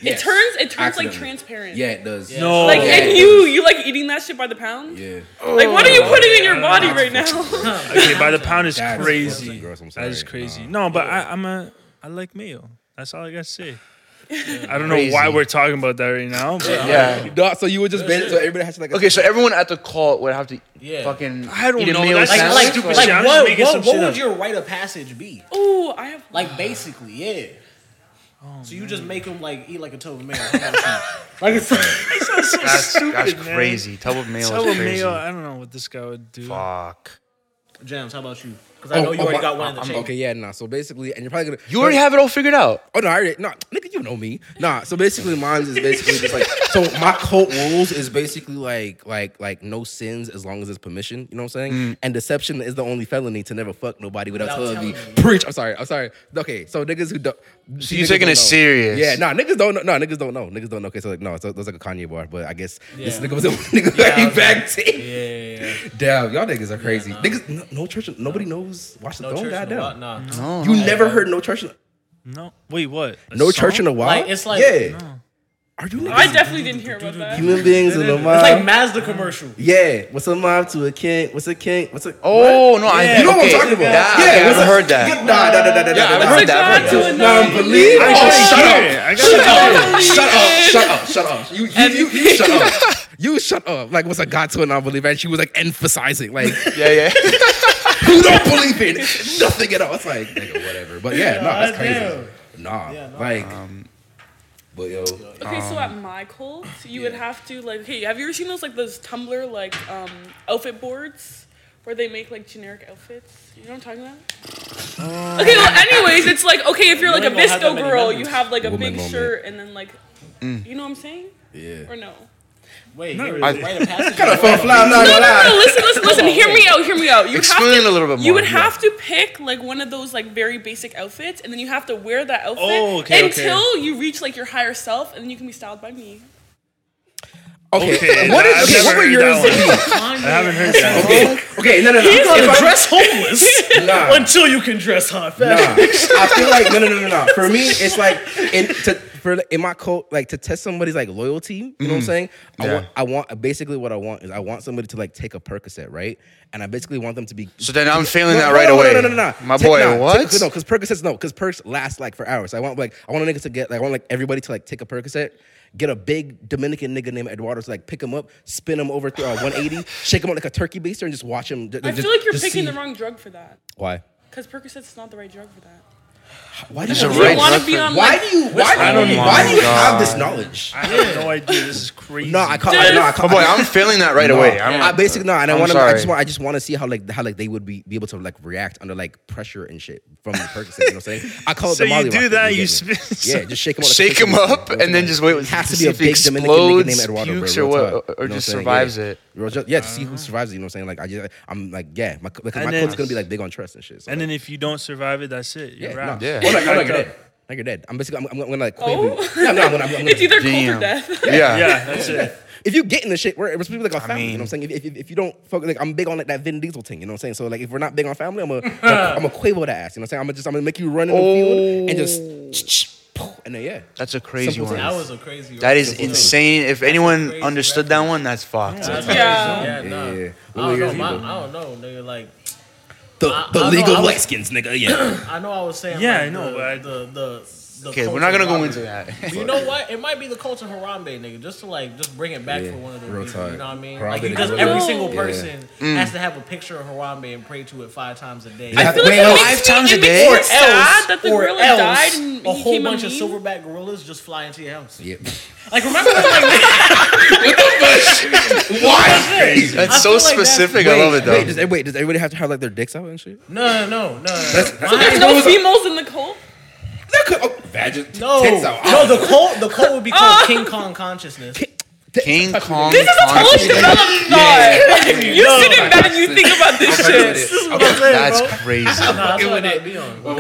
B: Yes.
F: It turns it turns like
B: Accidentally.
F: transparent.
B: Yeah, it does.
D: No.
F: Like
B: Yeah.
F: and you you like eating that shit by the pound?
B: Yeah.
F: Like what are you putting in your body right now?
D: okay, by the pound is
B: That's
D: crazy.
B: fucking gross, I'm
D: That is
B: sorry.
D: crazy. No, but I, I'm a I like mayo. That's all I gotta say. I don't know
C: Crazy.
D: why we're talking about that right now. But
C: Yeah.
B: Dog, so you would just basi- so everybody has to like a
C: Okay, so everyone at the cult would have to
E: Yeah.
C: fucking
D: I don't
C: eat a
D: know,
C: meal
D: that's
E: Like,
C: sandwich.
E: like,
D: stupid
E: like,
D: shit. I'm just
E: what,
D: making some
E: what,
D: shit
E: what would
D: up.
E: your rite of passage be?
F: Ooh, I have
E: Like, basically, yeah. so you just make them like eat like a tub of mayo. like it's
D: That's so
C: that's,
D: stupid,
C: that's
D: man.
C: crazy. Tub of mayo
D: Tell
C: is
D: a
C: crazy.
D: mayo. I don't know what this guy would do.
C: Fuck.
E: Jams, how about you? Because
C: Oh,
E: I know you already
B: my-
E: got one in the
B: I'm-
E: chamber.
B: Okay, yeah, nah. So basically, and you're probably gonna.
C: You already have it all figured out.
B: Oh no, I already. Nah, nigga, you know me. Nah. So basically, mine is basically just like. So my cult rules is basically like, like, like no sins as long as it's permission. You know what I'm saying? And deception is the only felony to never fuck nobody without,
E: Mm. Without
B: telling me.
E: telling you.
B: Preach. I'm sorry. I'm sorry. Okay. So niggas who don't. So
C: you're taking it serious.
B: Yeah. Nah. Niggas don't know. Nah. Niggas don't know. Niggas don't know. Okay. So like, no. So that's like a Kanye bar, but I guess this
E: Yeah.
B: nigga was a nigga
E: Yeah, I was
B: back
E: like,
B: tape.
E: Yeah, yeah, yeah.
B: Damn, y'all niggas are crazy. Niggas, no, no church, nobody knows. Watch the
E: No
B: throne,
E: church in a
B: goddamn.
E: while.
C: No,
E: Nah.
B: You
C: no.
B: never heard no church, in-
D: No, wait, what? A
B: no
D: song?
B: church in a while.
E: Like, it's like-
B: yeah. Are you
F: I
B: niggas
F: definitely didn't hear about that.
B: human beings in the
E: It's
B: mob?
E: like Mazda commercial.
B: yeah. What's a mob to a king? What's a king? What's a
C: Oh no, I
B: You know what I'm
C: okay,
B: talking about?
C: That, okay, I
B: what's
C: haven't
B: a-
C: heard that.
B: Nah, nah, nah, nah, nah,
C: Yeah,
B: nah,
C: I've
B: nah.
C: heard
F: God
C: that. I've heard
F: to
C: that.
F: another.
B: Believe-
D: I
B: Oh,
D: just
B: shut
D: hear
B: up.
D: it. I
B: Shut
D: gotta-
B: up! Shut up! Shut up! Shut up! You, you, you, you shut up! You shut up! Like what's a god to a non-believer? And she was like emphasizing, like
C: Yeah, yeah.
B: who don't believe in nothing at all. It's like nigga, whatever. But yeah, no, that's crazy. Nah, like, but yo,
F: Okay, so at my cult, you would have to like okay, have you ever seen those like those Tumblr like um outfit boards where they make like generic outfits? You know what I'm talking about? okay, well anyways, it's like okay, if you're like a
E: ain't gonna have that
F: Visco
E: many
F: girl,
E: members.
F: you have like a
B: Woman
F: big
B: moment.
F: shirt and then like you know what I'm saying?
B: yeah.
F: Or no?
E: Wait, no,
C: I-
E: rite of passage.
B: Kind of fun fly, I'm not
F: No,
B: gonna
F: no, no,
B: lie.
F: listen, listen, listen. Hear me out, hear me out. You have
C: Explain
F: to
C: a little bit more.
F: you would
C: yeah.
F: have to pick like one of those like very basic outfits, and then you have to wear that outfit
D: Oh, okay, okay.
F: until you reach like your higher self, and then you can be styled by me.
B: Okay,
D: Okay,
B: what
D: I've
B: is okay, what
D: never
B: were
D: heard
B: yours?
D: that one.
E: I
D: I haven't heard that.
B: Okay, okay, no, no, no.
E: He's
B: If
E: gonna
B: I-
E: dress homeless
B: Nah.
E: until you can dress hot.
B: Nah, I feel like no, no, no, no, no. For me, it's like in to, for in my cult, like to test somebody's like loyalty. You know what I'm saying? I
C: Mm-hmm. Yeah.
B: want, I want basically what I want is I want somebody to like take a Percocet, right? And I basically want them to be.
C: So then I'm failing
B: No,
C: that
B: no,
C: right
B: no,
C: away.
B: No, no, no, no,
C: My
B: Take-
C: boy,
B: nah,
C: what?
B: Take, no, because Percocets no, because perks last like for hours. I want like I want a nigga to get like I want like everybody to like take a Percocet. Get a big Dominican nigga named Eduardo to like pick him up, spin him over uh, 180, shake him up like a turkey baster, and just watch him.
F: I feel like you're picking the wrong drug for that.
B: Why?
F: Because Percocet's not the right drug for that.
B: Why do
C: It's a
B: you
F: You
C: Right
F: don't want
C: drug
F: to be
C: for-
F: on
B: Why
F: like.
B: do you why,
D: I don't
B: do you-
D: know.
B: why do you
C: Oh my
B: have this
C: God.
B: knowledge?
D: I have no idea. This is crazy.
B: No, I can't. I, no, I
F: Dude.
B: can't.
C: boy, I'm failing that right
B: no,
C: away. I'm
B: I basically no, and I
C: I'm
B: want to. I just
C: sorry.
B: want. I just want to see how like how like they would be, be able to like react under like pressure and shit from the Percocet. You know what I'm saying? I call it
D: So
B: the
D: you
B: Molly
D: do
B: Rocket,
D: that,
B: get
D: you
B: me?
D: spin-
B: yeah, just shake him up. like a
C: shake
B: turkey
C: him
B: baster,
C: up
B: you know
C: and then
B: what
C: just wait.
B: I'm saying? has to
C: see
B: be a
C: if he
B: big Dominican nigga named
C: explodes,
B: Eduardo bro,
C: pukes,
B: real
C: or what,
B: talk.
C: or-
B: You know
C: or
B: what I'm
C: just
B: saying?
C: survives
B: yeah.
C: it. Uh-huh.
B: Real talk. Yeah, to see who survives. it, You know what I'm saying? Like I just, I'm like, yeah, my like,
D: And
B: my
D: then-
B: code's gonna be like big on trust and shit. So,
D: And
B: like,
D: then if you don't survive it, that's it. You're
B: yeah,
D: wrapped.
B: no.
C: Yeah.
B: Or like, or like you're
C: uh,
B: dead. Like you're dead. I'm basically, I'm, I'm gonna like.
F: Oh.
B: quaver. No, no, I'm gonna- I'm gonna-
F: It's either cold
C: Damn.
F: or death.
C: Yeah.
D: Yeah, that's it.
B: if you get in the shit, we're we're supposed to be like a family. you
C: mean-
B: know what I'm saying? If, if, if you don't fuck, like I'm big on like that Vin Diesel thing. You know what I'm saying? So like if we're not big on family, I'm a I'm a quavo that ass. You know what I'm saying? I'm gonna just I'm gonna make you run in the field and
E: Oh.
B: just and then yeah.
C: That's a crazy
B: Simple
C: one.
B: thing.
E: That was a crazy.
C: That is
E: thing.
C: insane. If anyone
E: crazy
C: understood that one, that's fucked.
E: That's
F: Yeah.
E: crazy. Yeah, nah.
B: Yeah.
E: I
B: What
E: don't
B: were
E: know.
B: yours,
E: My,
B: Eagle?
E: I don't know, nigga. Like,
B: The,
E: I-
B: the
E: I
B: legal
E: know, I was-
B: white skins, nigga. Yeah.
E: I know I was saying.
D: Yeah,
E: like,
D: I know,
E: the,
D: but I-
E: the the. the
C: Okay, we're
E: culture
C: not gonna go
E: Harambe.
C: into that.
E: You know what? It might be the culture Harambe, nigga. Just to like, just bring it back for one of the
B: real
E: reasons. You
B: tight.
E: know what I mean?
B: Harambe
E: like, you
B: nigga
E: just
B: really-
E: every single
B: Yeah.
E: person has to have a picture of Harambe and pray to it five times a day.
B: I
F: Mm. I feel like
B: Wait,
F: it makes
C: five
F: me-
C: times
F: it
C: a
F: makes
C: day?
F: me
C: Or
F: sad that the
E: or
F: gorilla
E: else,
F: died and
E: a
F: he
E: whole
F: came
E: bunch of
F: meme.
E: silverback gorillas just fly into your house.
B: Yeah.
E: Like, remember, like,
B: Why?
E: I
C: That's so
E: feel like that's-
C: specific. I love it
B: Wait, does
C: though.
B: everybody, does everybody have to have like their dicks out and shit?
E: no, no, no, no.
F: There's
E: Mine-
F: no females in the cult.
B: That could, oh, vagin,
E: No,
B: tits out.
E: no, the cult, the cult would be called King Kong consciousness.
C: King Kong.
F: This is a whole
C: Constantine.
F: development You sit in bed and you think about this shit.
E: That's what I'm saying,
C: That's
E: bro.
C: crazy.
B: Mm-hmm.
E: Nah, that's what I'd be on. But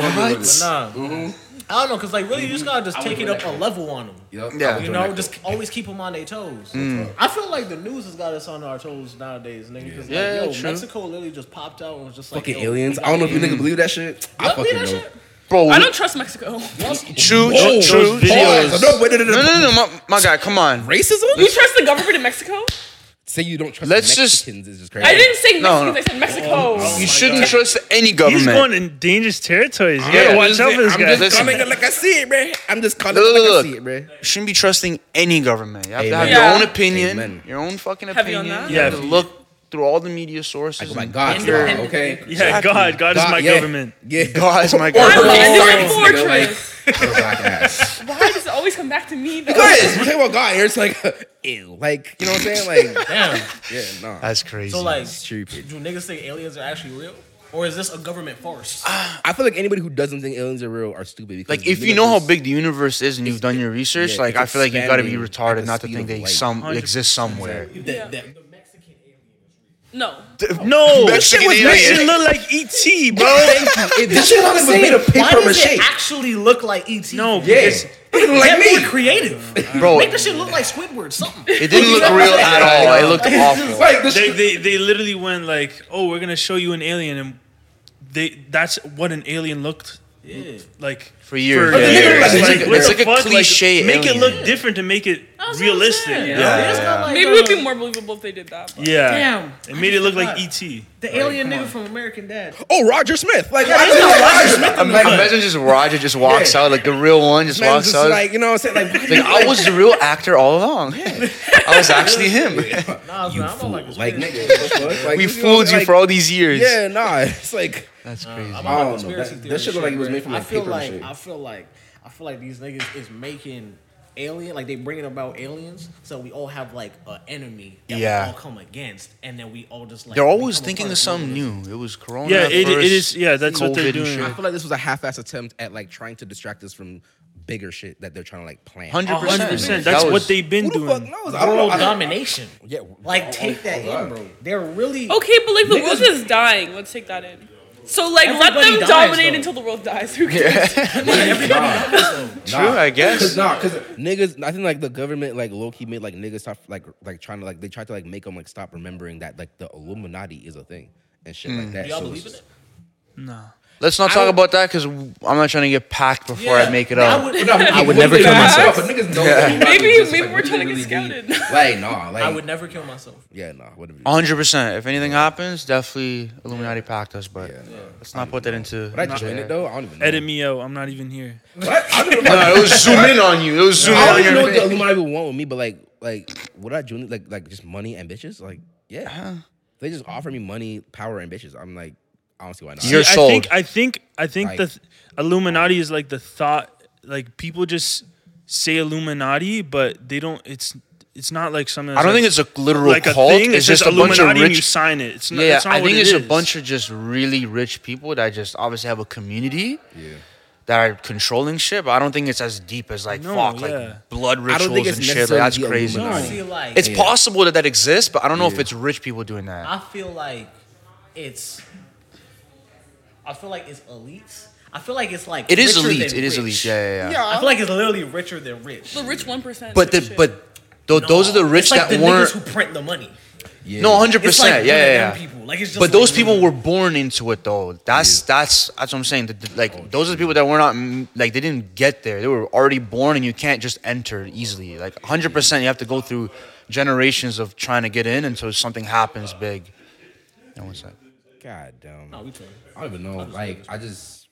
E: nah, I don't know, cause like really, you just gotta just take it up a level on them.
B: Yep.
C: Yeah.
B: I would
E: You
B: join
E: know,
B: that Mm.
E: just always keep them on their toes. I feel like the news has got us on our toes nowadays, nigga. Because
C: Yeah,
E: like, yo,
C: true.
E: Mexico literally just popped out and was just like
B: Fucking
E: yo,
B: aliens.
E: we
B: I don't know
E: got
B: if you niggas believe that shit. I
E: aliens.
B: fucking Oh,
E: Yeah,
B: know. Oh,
E: that shit.
C: bro.
F: I don't trust Mexico.
C: true,
B: Whoa,
C: true, true.
B: those videos. oh, No, wait, no, no, no.
C: No, no, no, my, my guy, come on.
B: Racism?
F: You trust the government of Mexico?
B: say you don't trust
C: Let's just-
B: Mexicans is just
F: I
B: crazy.
F: didn't say
C: No,
F: Mexicans. I said Mexico.
C: You shouldn't trust any government.
D: He's going in dangerous territories. You gotta
C: Yeah,
D: watch
C: this
D: out
C: is-
D: for this
C: I'm
D: guy.
C: just-
B: Calling it like I see it, man. I'm just calling
C: Look,
B: it like
C: look,
B: I see it, man.
C: You shouldn't be trusting any government. You have to
B: Amen.
C: have your
F: Yeah.
C: own opinion,
B: Amen.
C: your own fucking
F: Have you
C: opinion.
F: on that?
C: You have
D: Yeah.
C: to look through all the media sources.
B: Like, oh my
C: and-
B: God,
E: Independent
B: sir,
E: thinker.
B: okay.
D: yeah, God, God is my
B: yeah.
D: government.
B: Yeah.
C: God is my
F: I'm
C: God.
F: like,
B: Science,
F: this
B: nigga, like-
F: fortress.
B: Your black ass.
F: Why does it always come back to me? Though?
B: Guys, we talking about God here. It's like, ew. Like, you know what I'm saying? Like,
E: Damn.
B: yeah, no.
C: That's crazy.
E: So like,
B: stupid.
E: do niggas think aliens are actually real, or is this a government farce?
B: I feel like anybody who doesn't think aliens are real are stupid. Because
C: like
B: the
C: if you know how
B: universe-
C: big the universe is and you've done your research,
B: yeah,
C: like
B: it's
C: I feel like you got to be
B: expanding at
C: retarded
B: the
C: not to
B: speed
C: think
B: of
C: they
B: light.
C: some exist somewhere.
E: That- that-
F: No.
D: No,
C: That shit was
D: that
C: alien.
D: shit look like ET, bro.
B: It- this shit was made of
E: Why
B: paper
E: does it
B: mache.
E: actually look like E ET?
D: no,
B: Yeah,
D: because
B: Looking
E: Get
B: like
E: more
B: me.
E: creative.
C: Bro,
E: Make this shit look like Squidward. Something.
C: it didn't look real at all. It looked awful.
B: Like this
D: they,
B: shit.
D: they they literally went like, oh, we're gonna show you an alien, and they that's what an alien looked
E: Yeah.
D: like
C: For years,
D: For
C: yeah.
B: It's
D: years. Like,
B: like-
D: what
B: it's
D: the
C: like a
D: fuck?
C: cliche
D: Like, make it
C: alien.
D: look different to make it
F: That's what I'm
D: realistic.
F: saying.
D: Yeah,
E: Yeah, it's kinda like,
F: Maybe it would
E: uh,
F: be more believable if they did that. but-
D: Yeah.
E: Damn.
D: It made it look like E
E: forgot.
B: E
D: ET.
E: The alien nigga from American Dad.
B: Oh, Roger Smith. Like,
E: Yeah,
B: I
E: there's
B: know
E: no
B: Roger
E: Roger
B: Smith.
C: I'm like, imagine just Roger just walks out, like the real one just
B: Man,
C: walks
B: just
C: out. Like,
B: like, you know what I'm saying? Like, why do you-
C: I was the real actor all along. I was actually him.
E: Nah, man, I'm not like this.
B: Like, nigga, what the fuck? Like,
C: We
B: you know what I'm
C: fooled you
B: saying?
C: for all these years.
B: Yeah, nah. It's like,
C: That's
D: Uh,
C: crazy.
E: I'm
B: I
E: on
B: don't
E: my
B: know.
E: conspiracy
B: That-
E: theory
B: that shit look like it was
E: shit,
B: made from,
E: bro.
B: like,
E: I feel
B: paper
E: like
B: and shit.
E: I feel like I feel like these niggas is making alien like they bringing about aliens so we all have like an enemy that
C: Yeah.
E: we all come against and then we all just like
C: They're always
E: become a
C: thinking
E: part
C: of something
E: one
C: new. It was Corona.
D: Yeah, it, it
C: first,
D: is. Yeah, that's what
C: COVID
D: they're
C: and
D: doing.
B: I
C: shit.
B: feel like this was a half-ass attempt at like trying to distract us from bigger shit that they're trying to like plan.
D: A
C: 100%.
D: hundred percent.
C: That
D: That's
C: was-
D: what they've been
B: Who the fuck
D: doing.
B: knows? I
E: another.
B: don't know.
E: World
B: I don't-
E: domination.
B: Yeah,
E: Like
B: oh,
E: take
B: oh,
E: that
B: oh,
E: in,
B: God.
E: bro. They're really
F: Okay, but like the
E: Niggas-
F: world is dying. Let's take that in. So like
E: Everybody
F: let them
E: dies,
F: dominate
E: though.
F: until the world dies. Who cares?
C: True, I guess.
B: Cause nah, cause niggas. I think like the government like low key made like niggas stop like like trying to like they tried to like make them like stop remembering that like the Illuminati is a thing and shit
C: Mm.
B: like that.
E: Do y'all
B: So it's
E: believe in
B: just-
E: it?
C: Let's not talk about that because I'm not trying to get packed before I make it
E: I
C: up.
E: would,
B: I would
C: never kill
B: myself. But niggas know that Illuminati
F: Maybe-
B: exists,
F: maybe
B: like,
F: we're
B: we
F: trying to
B: really
F: get scouted.
B: be- Like nah, like
E: I would never kill myself.
B: yeah, nah, whatever.
C: 100%. If anything happens, definitely Illuminati packed us, but let's not put that into.
B: But I joined it though. I don't even know.
D: Edit me out. I'm not even here.
C: No, it was zoom in on you. It was zoom
B: I don't
C: in
B: even know
C: on
B: what
C: you.
B: the Illuminati would want with me, but like, like, would I join? it? Like, like just money and bitches? Like, yeah, they just offer me money, power, and bitches. I'm like, I don't see why not.
C: You're-
D: I
C: sold.
D: think I think I think
B: Like-
D: the th- Illuminati is like the thought like people just say Illuminati, but they don't it's it's not like something
C: I don't
D: that's,
C: think it's a literal
D: like,
C: cult.
D: a thing.
C: It's, just a bunch of
D: Illuminati and you
C: rich.
D: sign it. It's not,
C: Yeah,
D: it's not
C: I
D: what
C: think
D: it
C: it's a
D: is.
C: bunch of just really rich people that just obviously have a community. Yeah. That are controlling shit, but I don't think it's as deep as like
D: No,
C: fuck,
D: yeah.
C: like blood
B: don't think
C: rituals
B: it's
C: and shit. Like that's
B: necessarily
C: crazy.
B: the
E: I
B: Illuminati.
E: feel like
C: It's possible that that exists, but I don't know if it's rich people doing that.
E: I feel like it's. I feel like it's elites. I feel like it's like
C: It is
E: richer
C: elite.
E: than
C: It is
E: rich.
C: elite. Yeah, yeah, yeah.
E: I feel like it's literally richer than rich.
F: the rich one percent.
C: But the but th- those are the
E: No,
C: rich
E: it's
C: that
E: like the
C: weren't.
E: niggas who print the money.
C: no, hundred
E: It's like
C: percent.
E: one of
C: Yeah,
E: them
C: yeah, yeah.
E: people. Like it's just
C: But
E: like,
C: those people were born into it, though. That's that's that's what I'm saying. The, the- like those are the people that were not mm, like they didn't get there. They were already born, and you can't just enter easily. Like hundred percent, you have to go through generations of trying to get in until something happens big. You know, it's like-
B: God damn,
E: No,
B: I
E: we tripping.
B: don't even know. Like, I just,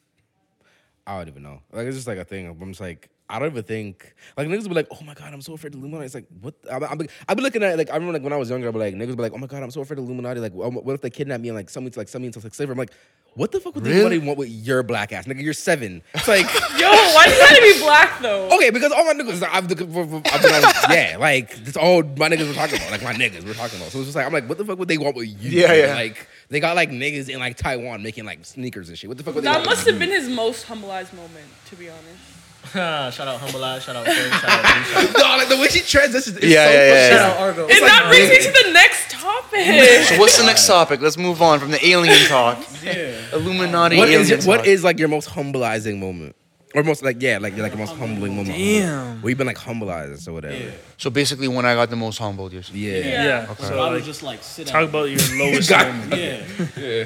B: I don't even know. Like, it's just like a thing. I'm just like. I don't even think like niggas be like, oh my god, I'm so afraid of Illuminati. It's like what? I'm, I'm, I've been looking at like I remember like when I was younger, I'd be like niggas be like, oh my god, I'm so afraid of Illuminati. Like, what what if they kidnap me and like send me to like send me into like slavery? I'm like, what the fuck would
C: Really?
B: Illuminati want with your black ass nigga? You're seven. It's like
F: yo, why do you gotta be black though?
B: Okay, because all my niggas, I've, I've been on, yeah, like that's all my niggas were talking about, like my niggas were talking about. So it's just like I'm like, what the fuck would they want with you?
C: Yeah, yeah.
B: Like they got like niggas in like Taiwan making like sneakers and shit. What the fuck would they?
F: That
B: want
F: must
B: with
F: have been his most humbleized moment, to be honest.
E: shout out Humble Eye, shout out Fame, shout out Blue, shout out-
B: you? no, like the way she transitions. It's
C: Yeah,
B: so
C: yeah, yeah,
B: fucking-
E: shout out Argo.
F: and that brings me to the next
C: So
F: topic.
C: what's the next topic? Let's move on from the alien talk. yeah. Illuminati.
B: What
C: alien
B: is your,
C: talk.
B: what is like your most humbleizing moment? Or most like yeah, like like the most humbling moment.
D: Damn.
B: We've been like humbleized or whatever.
E: Yeah.
C: So basically, when I got the most humbled, you're saying.
B: Yeah.
F: Yeah.
D: Yeah.
C: Okay.
E: So
D: So
E: I
D: like,
E: would just like sit
D: talk
E: out.
D: about your lowest
B: got-
D: moment.
E: yeah.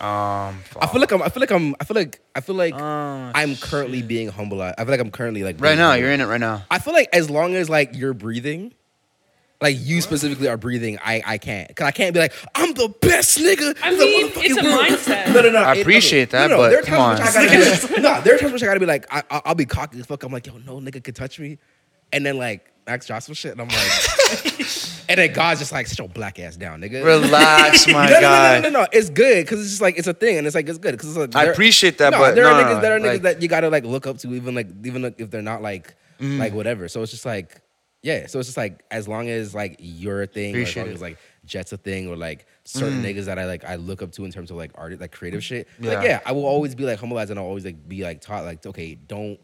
C: Um,
B: I feel like I'm. I feel like I'm. I feel like. I feel like
D: Oh,
B: I'm currently being humbleized. I feel like I'm currently like
C: right
B: being
C: now,
B: humbled.
C: you're in it right now.
B: I feel like as long as like you're breathing, like you specifically are breathing, I I can't because I can't be like I'm the best nigga.
F: I
B: in the
F: mean,
B: motherfucking
F: it's a
B: world."
F: mindset.
B: No, no, no.
C: I
B: it-
C: appreciate
B: okay.
C: that,
B: no, no,
C: but
B: there are times
C: come
B: which I
C: on.
B: gotta be like, nah, there are times which I gotta be like, I, I, I'll be cocky as fuck. I'm like, yo, no nigga could touch me, and then like ask Josh some shit, and I'm like, and then God's just like, sit your black ass down, nigga.
C: Relax, my
B: No, no,
C: guy.
B: no, no, no, no. It's good because it's just like it's a thing, and it's like it's good because like,
C: I
B: there-
C: appreciate that,
B: No,
C: but
B: there are
C: no, no,
B: niggas,
C: no,
B: there are
C: like-
B: niggas that you gotta like look up to, even like even like, if they're not like
C: Mm.
B: like whatever. So it's just like yeah. So it's just like as long as like you're a thing, or as
C: Appreciate
B: long
C: it. Mm.
B: as like Jet's a thing, or like certain niggas that I like I look up to in terms of like art, like creative shit.
C: Yeah.
B: Like yeah, I will always be like humbleized, and I'll always like be like taught like okay, don't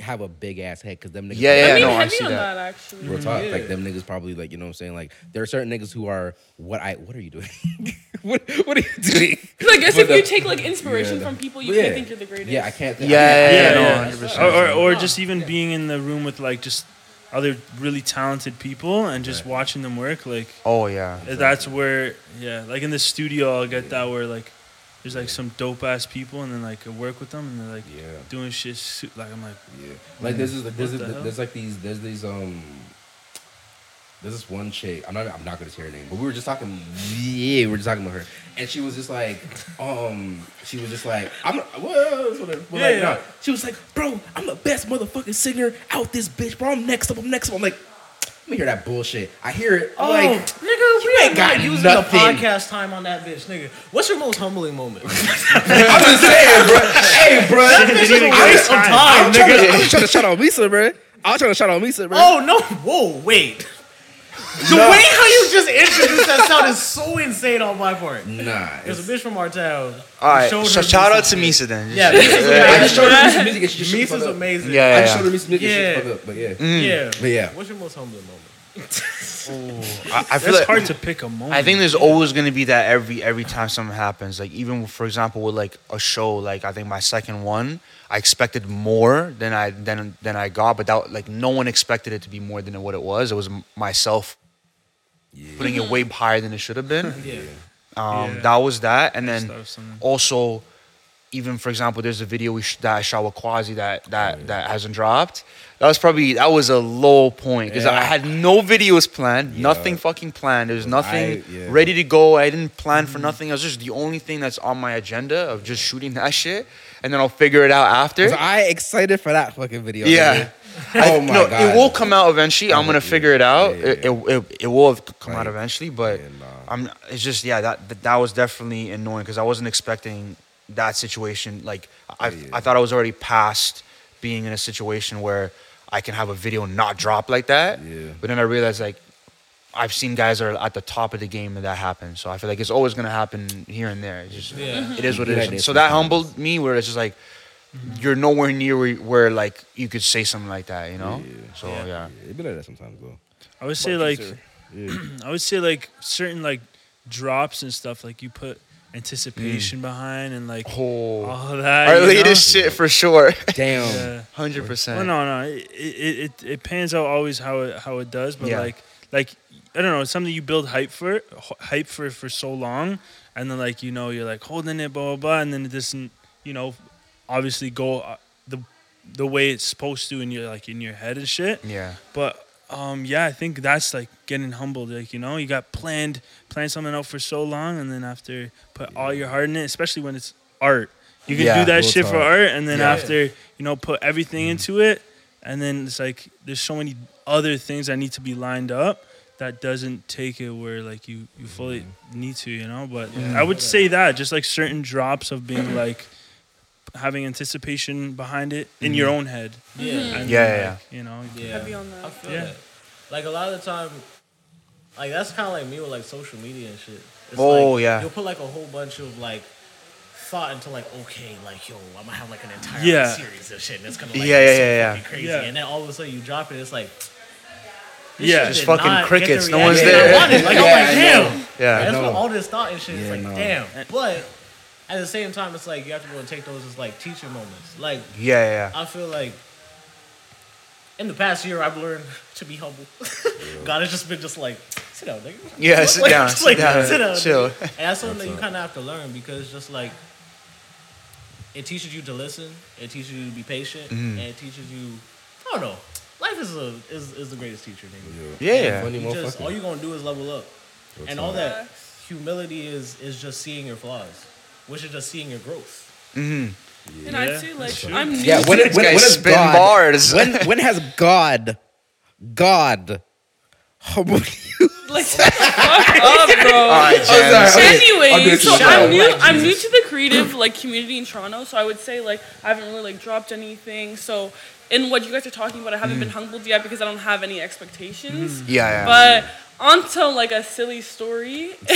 B: have a big ass head because them niggas.
C: Yeah, yeah,
F: I mean,
C: no, I
F: heavy
C: see
F: on
C: that.
F: that, actually.
B: Real talk, like them niggas probably like you know what I'm saying. Like there are certain niggas who are what I what are you doing? what what are you doing?
F: Because I guess
B: But
F: if you
B: the-
F: take like inspiration from people, you
B: Yeah.
F: can't think you're the greatest.
B: Yeah, I can't.
C: Yeah,
B: Think,
C: yeah,
D: yeah, Oh,
C: no,
D: yeah.
C: 100%.
D: Or, or, or just even being in the room with like just other really talented people and just watching them work. Like
C: Oh yeah.
D: that's where, yeah, like in the studio, I'll get that where like there's like some dope ass people and then like I work with them and they're like
B: Yeah.
D: doing shit. su- Like I'm like,
B: Yeah. Like this is like this
D: What
B: is
D: the hell?
B: there's like these there's these um there's this one chick. I'm not I'm not gonna say her name, but we were just talking. Yeah, we were just talking about her, and she was just like, um, she was just like, I'm not, well, it's whatever. But
D: Yeah,
B: like,
D: yeah.
B: no. She was like, bro, I'm the best motherfucking singer out this bitch, bro. I'm next up. I'm next up. I'm like, let me hear that bullshit. I hear it. I'm
E: Oh,
B: like,
E: nigga, we
B: ain't
E: ain't got
B: got
E: using
B: nothing.
E: the podcast time on that bitch, nigga. What's your most humbling moment?
B: I'm just saying, bro. Hey, bro.
D: a
B: I was-
D: waste of
B: I'm trying to- I was trying to shout out Misa, bro. I was trying to shout out Misa, bro.
E: oh no! Whoa, wait. The way how you just introduced that sound is so insane on my part.
B: Nah,
E: There's a bitch from our town.
C: All right.
E: Showed
C: So
E: her
C: shout out
E: Misa's
C: to
E: shit.
C: Misa then.
E: Yeah,
C: Just-
E: Misa's
B: I just
E: amazing.
B: showed her some music and she just shut the
E: Misa's
B: fuck up.
E: amazing.
B: I
C: Yeah, Mm.
B: just
C: yeah.
B: showed her music and she
E: Yeah.
B: shut the fuck up, but yeah.
E: Yeah.
B: But yeah.
E: What's your most humbling moment?
C: I, I feel
D: that's
C: like-
D: hard to pick a moment.
C: I think there's always gonna be that every every time something happens. Like even for example with like a show, like I think my second one, I expected more than I than than I got, but that like no one expected it to be more than what it was. It was m- myself putting it way higher than it should have been.
E: Yeah.
C: Um,
D: Yeah.
C: That was that, and
D: just
C: then
D: thought of something.
C: also, even for example, there's a video we sh- that I shot with Quasi that
B: Oh,
C: that that hasn't dropped. That was probably that was a low point because I
B: Yeah.
C: had no videos planned, nothing fucking planned. There's nothing
B: I- yeah. Mm-hmm.
C: ready to go. I didn't plan for nothing. It was just the only thing that's on my agenda of just shooting that shit, and then I'll figure it out after.
B: Mm. So I excited for that fucking video.
C: Yeah.
B: nigga.
C: I-
B: oh my
C: no,
B: god.
C: it will come out eventually. I'm gonna figure it out.
B: yeah,
C: It, it, it, it will have come out
B: Like,
C: eventually, but
B: yeah, nah.
C: I'm. It's just yeah, that that, that was definitely annoying because I wasn't expecting that situation. Like I, I thought I was already past being in a situation where I can have a video not drop like that.
B: Yeah.
C: But then I realized like I've seen guys that are at the top of the game and that happens. So I feel like it's always gonna happen here and there. It's just
E: Yeah.
C: it is what it
B: Yeah,
C: is.
B: it
C: And
B: is
C: So that
B: sometimes.
C: humbled me where it's just like you're nowhere near where, where like you could say something like that, you know? So yeah.
B: Yeah, it be like that sometimes though.
D: I would say like, I would say like certain like drops and stuff like you put anticipation behind and like
C: Oh.
D: all that.
C: Our
D: you know?
C: latest shit for sure.
B: Damn.
D: Yeah.
C: Hundred
D: Well,
C: percent.
D: no, no, it, it it it pans out always how it how it does, but
C: Yeah.
D: like like I don't know, it's something you build hype for h- hype for for so long, and then like you know you're like holding it, blah blah blah, and then it doesn't, you know, obviously go uh, the the way it's supposed to, and you're like in your head and shit.
C: Yeah.
D: But um, yeah, I think that's like getting humbled. Like you know, you got planned planned something out for so long, and then after put all your heart in it, especially when it's art. You can
C: Yeah,
D: do that
B: real
D: shit for
B: talk.
D: art, and then
E: Yeah.
D: after you know put everything into it, and then it's like there's so many other things that need to be lined up that doesn't take it where like you you fully need to, you know. But I would say that just like certain drops of being like having anticipation behind it in your own head.
E: Mm-hmm. Yeah.
D: And
C: Yeah,
D: then,
C: yeah,
D: like, you know. you
E: Yeah.
F: Heavy on
E: I
F: that.
E: feel
D: Yeah.
E: that. Like a lot of the time, like that's kind of like me with like social media and shit. It's
C: Oh,
E: like,
C: yeah.
E: You'll put like a whole bunch of like thought into like okay, like yo, I'm gonna have like an entire like,
D: Yeah.
E: series of shit, and it's gonna
C: Yeah,
E: like
C: yeah,
E: be so
C: yeah, yeah.
E: fucking crazy,
D: Yeah.
E: and then all of a sudden you drop it, it's like. this
D: Yeah.
E: shit
D: Just
E: did
C: fucking
E: not get the
C: crickets, no one's
E: reaction I
C: there.
E: wanted. Like,
B: Yeah,
E: I'm
B: I know.
E: like, damn.
C: Yeah.
E: That's
B: I
E: what
B: know.
E: all this thought and shit.
B: Yeah,
E: it's
B: I
E: like,
B: know.
E: damn. But At the same time, it's like you have to go and take those as like teacher moments. Like
C: Yeah, yeah, yeah.
E: I feel like in the past year, I've learned to be humble. God has just been just like, sit down, nigga.
C: Yeah, sit
E: Like,
C: down,
E: just
C: sit down, chill.
E: nigga. And that's something that you kind of have to learn because just like it teaches you to listen, it teaches you to be patient,
C: Mm-hmm.
E: and it teaches you. I don't know. Life is a is, is the greatest teacher, nigga.
C: Yeah,
B: Funny
E: You just all
B: motherfucker.
E: you're gonna do is level up, and all that humility is is just seeing your flaws, which is just seeing your growth.
F: And I too, like, I'm new.
B: Yeah, when, when,
C: guy
B: when has
C: spin
B: God,
C: bars.
B: when when has God, God, humbled you?
F: Like, fuck up, bro.
C: All right,
B: sorry. I'll
C: James.
B: do it
F: Anyways,
B: to
F: so
B: the show.
F: I'm new. I'm new to the creative like community in Toronto, so I would say like I haven't really like dropped anything. So in what you guys are talking about, I haven't been humbled yet because I don't have any
C: Mm.
F: expectations.
C: Yeah, yeah.
F: But onto like a silly story.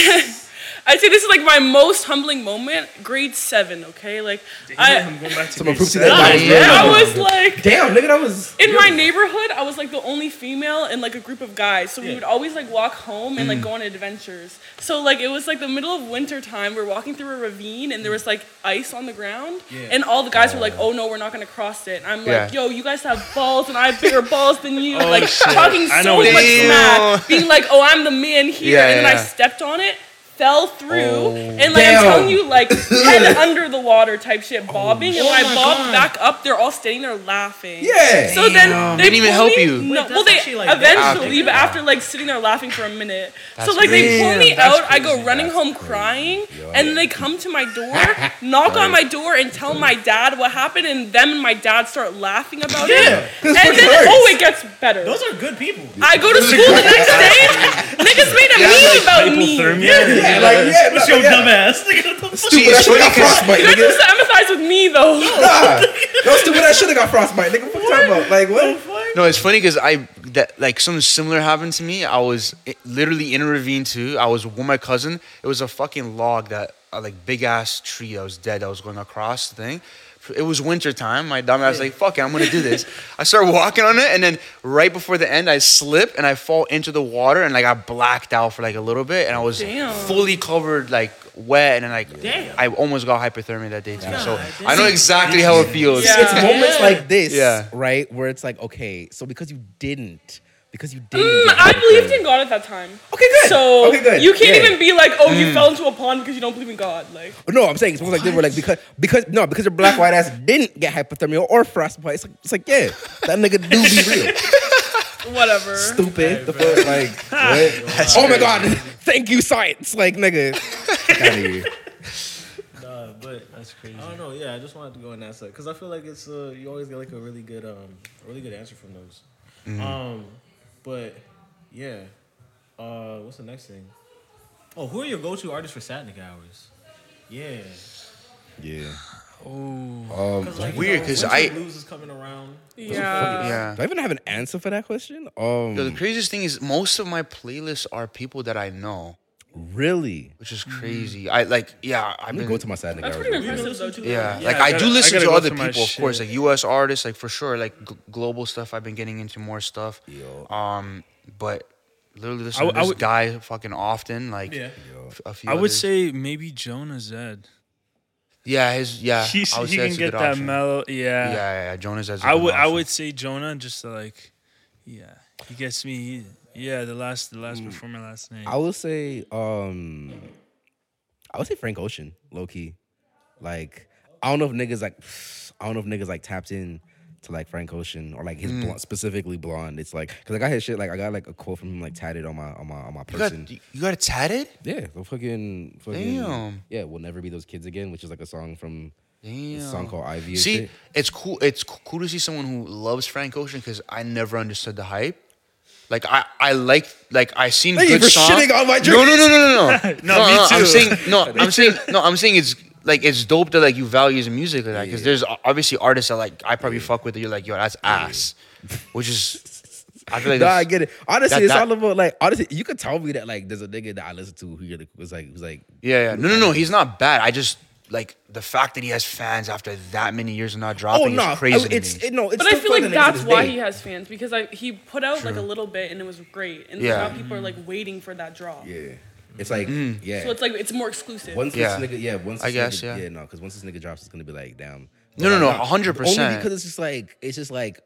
F: I'd say this is like my most humbling moment. Grade seven, okay? Like
D: I'm
F: I,
D: going back to
B: Someone
D: grade
B: prove to
D: seven.
B: that
F: I,
B: guy.
F: yeah, I was like
B: Damn, nigga, that was.
F: in my neighborhood, I was like the only female in like a group of guys. So we
E: Yeah.
F: would always like walk home and like go on adventures. So like it was like the middle of winter time. We're walking through a ravine and there was like ice on the ground. And all the guys were like, "Oh no, we're not gonna cross it." And I'm like,
C: Yeah.
F: "Yo, you guys have balls and I have bigger balls than you." like talking
D: I know
F: so much
D: what
C: you're
F: smack, being like, "Oh, I'm the man here,"
C: Yeah,
F: and then
C: yeah.
F: I stepped on it. Fell through and like
B: damn.
F: I'm telling you, like head under the water type shit, bobbing. and when I bobbed back up, they're all standing there laughing.
B: Yeah.
F: So then they
C: They didn't even
F: pull
C: help
F: me-
C: you.
F: No,
E: Wait,
F: well,
E: that's
F: they
E: actually, like,
F: eventually,
C: damn.
F: but after like sitting there laughing for a minute. so
C: That's
F: like they pull
C: crazy.
F: me
C: That's
F: out, I go
C: crazy.
F: running home crying, and then they come to my door, knock on my door, and tell my dad what happened, and them and my dad start laughing about it. And then oh, it gets better.
E: Those are good people.
F: I go to school the next day. Niggas made a meme about me.
D: Hypothermia?
B: Yeah, like, yeah,
E: What's
B: no,
E: your
B: yeah.
E: dumb ass? Nigga, what the fuck?
C: See,
B: Stupid, I
C: it's
B: should
C: funny
B: have got
C: 'cause-
B: frostbite,
F: You guys
B: nigga.
F: used to empathize with me though.
B: Nah, those stupid ass should have got frostbite, nigga. What you talking about? Like, what?
C: No, it's funny because I that like something similar happened to me. I was i- literally in a ravine too. I was with my cousin. It was a fucking log that a like big ass tree that was dead. that was going across the thing. It was winter time. My dumb ass like fuck it. I'm gonna do this. I start walking on it, and then right before the end, I slip and I fall into the water, and like I blacked out for like a little bit, and I was
F: Damn.
C: fully covered like wet, and then like
E: Damn.
C: I almost got hypothermia that day too. so
E: God
C: I know exactly how it feels.
F: Yeah.
B: It's moments like this,
C: Yeah.
B: right, where it's like, okay, so because you didn't, because you didn't,
F: Mm,
B: get
F: I
B: hypothermia-
F: believed in God at that time.
B: Okay, good.
F: So
B: okay, good.
F: you can't
B: Yeah. Mm.
F: even be like, oh, you fell into a pond because you don't believe in God. Like,
B: No, I'm saying it's moments like this where like because because no because your black white ass didn't get hypothermia or frostbite. It's like it's like yeah, that nigga do be real.
F: whatever.
B: Stupid. the fuck, like what? oh my god, thank you science. Like nigga, Get outta here.
E: Nah, but that's crazy. I don't know. Yeah, I just wanted to go in that side because I feel like it's uh, you always get like a really good um a really good answer from those. Um, but yeah, uh, what's the next thing? Oh, who are your go-to artists for Satnic hours? Yeah,
B: Yeah. Um,
E: because like,
C: Weird, 'cause
E: Winter
C: I-
E: blues is coming around.
F: Yeah.
C: Yeah.
B: Do I even have an answer for that question?
C: Yo, the
B: Um,
C: craziest thing is most of my playlists are people that I know,
B: really?
C: which is crazy. I like, yeah, I've
B: I'm
C: been,
B: gonna Mm. go to my side nigga.
F: That's
B: hours.
F: pretty
E: You
F: impressive
E: listen
F: though.
E: to
F: Too.
E: that?
C: yeah.
D: Yeah,
C: like
D: I
C: I, do
D: gotta- I
C: listen
D: gotta
C: to
D: go
C: other
D: to my
C: people, of
D: shit.
C: course, like U.S. artists, like for sure, like g- global stuff. I've been getting into more stuff. Um, but literally listen
D: I
C: to
D: w- I
C: this
D: would-
C: guy fucking often, like
E: Yeah.
C: f- a few.
D: I would
C: others.
D: say maybe Jonah Zed.
C: yeah, his yeah.
D: He,
C: I would
D: he
C: say
D: can
C: that's a
D: get
C: good
D: that
C: option.
D: mellow.
C: Yeah,
D: Yeah.
C: yeah, yeah. Jonas has. a
D: I
C: good
D: would I
C: option.
D: would say Jonah just to like, yeah, he gets me. Yeah, the last the last performer last night.
B: I would say, um, I would say Frank Ocean, low key. Like, I don't know if niggas like, I don't know if niggas like tapped in to like Frank Ocean or like his
C: Mm.
B: blonde, specifically blonde. It's like, cause I got his shit. Like, I got like a quote from him like tatted on my on my on my
C: You got,
B: person.
C: you got it tatted?
B: yeah, the fucking fucking.
C: Damn.
B: Yeah, we'll never be those kids again, which is like a song from
C: Damn.
B: a song called Ivy. and
C: See,
B: shit.
C: it's cool. It's c- cool to see someone who loves Frank Ocean because I never understood the hype. Like I, I like, like I seen
B: Thank you
C: good
B: for
C: songs.
B: shitting on my
C: no, no, no, no, no, no.
D: No, me
C: I'm
D: too.
C: saying no. I'm saying no. I'm saying it's like it's dope that like you value his music like that because there's o- obviously artists that like I probably fuck with. That you're like, yo, that's ass, which is I feel like
B: Nah, I
C: that's-
B: get it. Honestly,
C: that-
B: it's
C: that-
B: all about like honestly. You could tell me that like there's a nigga that I listen to who you're like- was like was like
C: yeah, yeah. No, no, no. He's not bad. I just like the fact that he has fans after that many years of not dropping
B: oh no,
C: is crazy. to
B: it's
C: me.
B: it, no, it's.
F: But I
B: still
F: feel like
B: fucking niggas to
F: that's
B: this
F: why
B: day.
F: he has fans because I he put out like a little bit and it was great, and so
C: Yeah.
F: now people are like waiting for that drop.
B: Mm. Yeah. It's like yeah.
F: So it's like it's more exclusive.
B: once
C: Mm. Yeah.
B: this nigga, yeah, once
C: I
B: this
C: guess,
B: nigga,
C: yeah.
B: no, because once this nigga drops, it's gonna be like damn.
C: No, no,
B: Like,
C: no, 100%.
B: Only because it's just like it's just like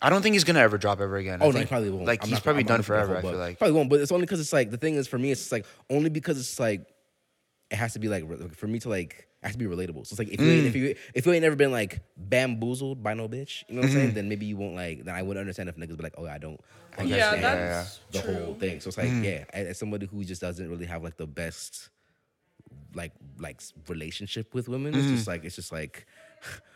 C: I don't think he's gonna ever drop ever again. I
B: Oh no,
C: think,
B: he probably won't.
C: Like
B: I'm
C: he's
B: not-
C: probably
B: I'm not
C: done
B: gonna put the
C: forever. I
B: whole
C: feel
B: book.
C: like.
B: probably won't, but it's only because it's like the thing is for me, it's just like only because it's like it has to be like re- for me to like it has to be relatable. So it's like if you ain't,
C: Mm.
B: if you if you ain't never been like bamboozled by no bitch, you know what I'm
C: Mm-hmm.
B: saying? Then maybe you won't like. Then I would understand if niggas be like, oh I don't. I
F: Yeah,
B: understand
F: that's
B: the whole
F: true.
B: thing. So it's like
C: Mm.
B: yeah, as, as somebody who just doesn't really have like the best like like s- relationship with women, it's just like it's just like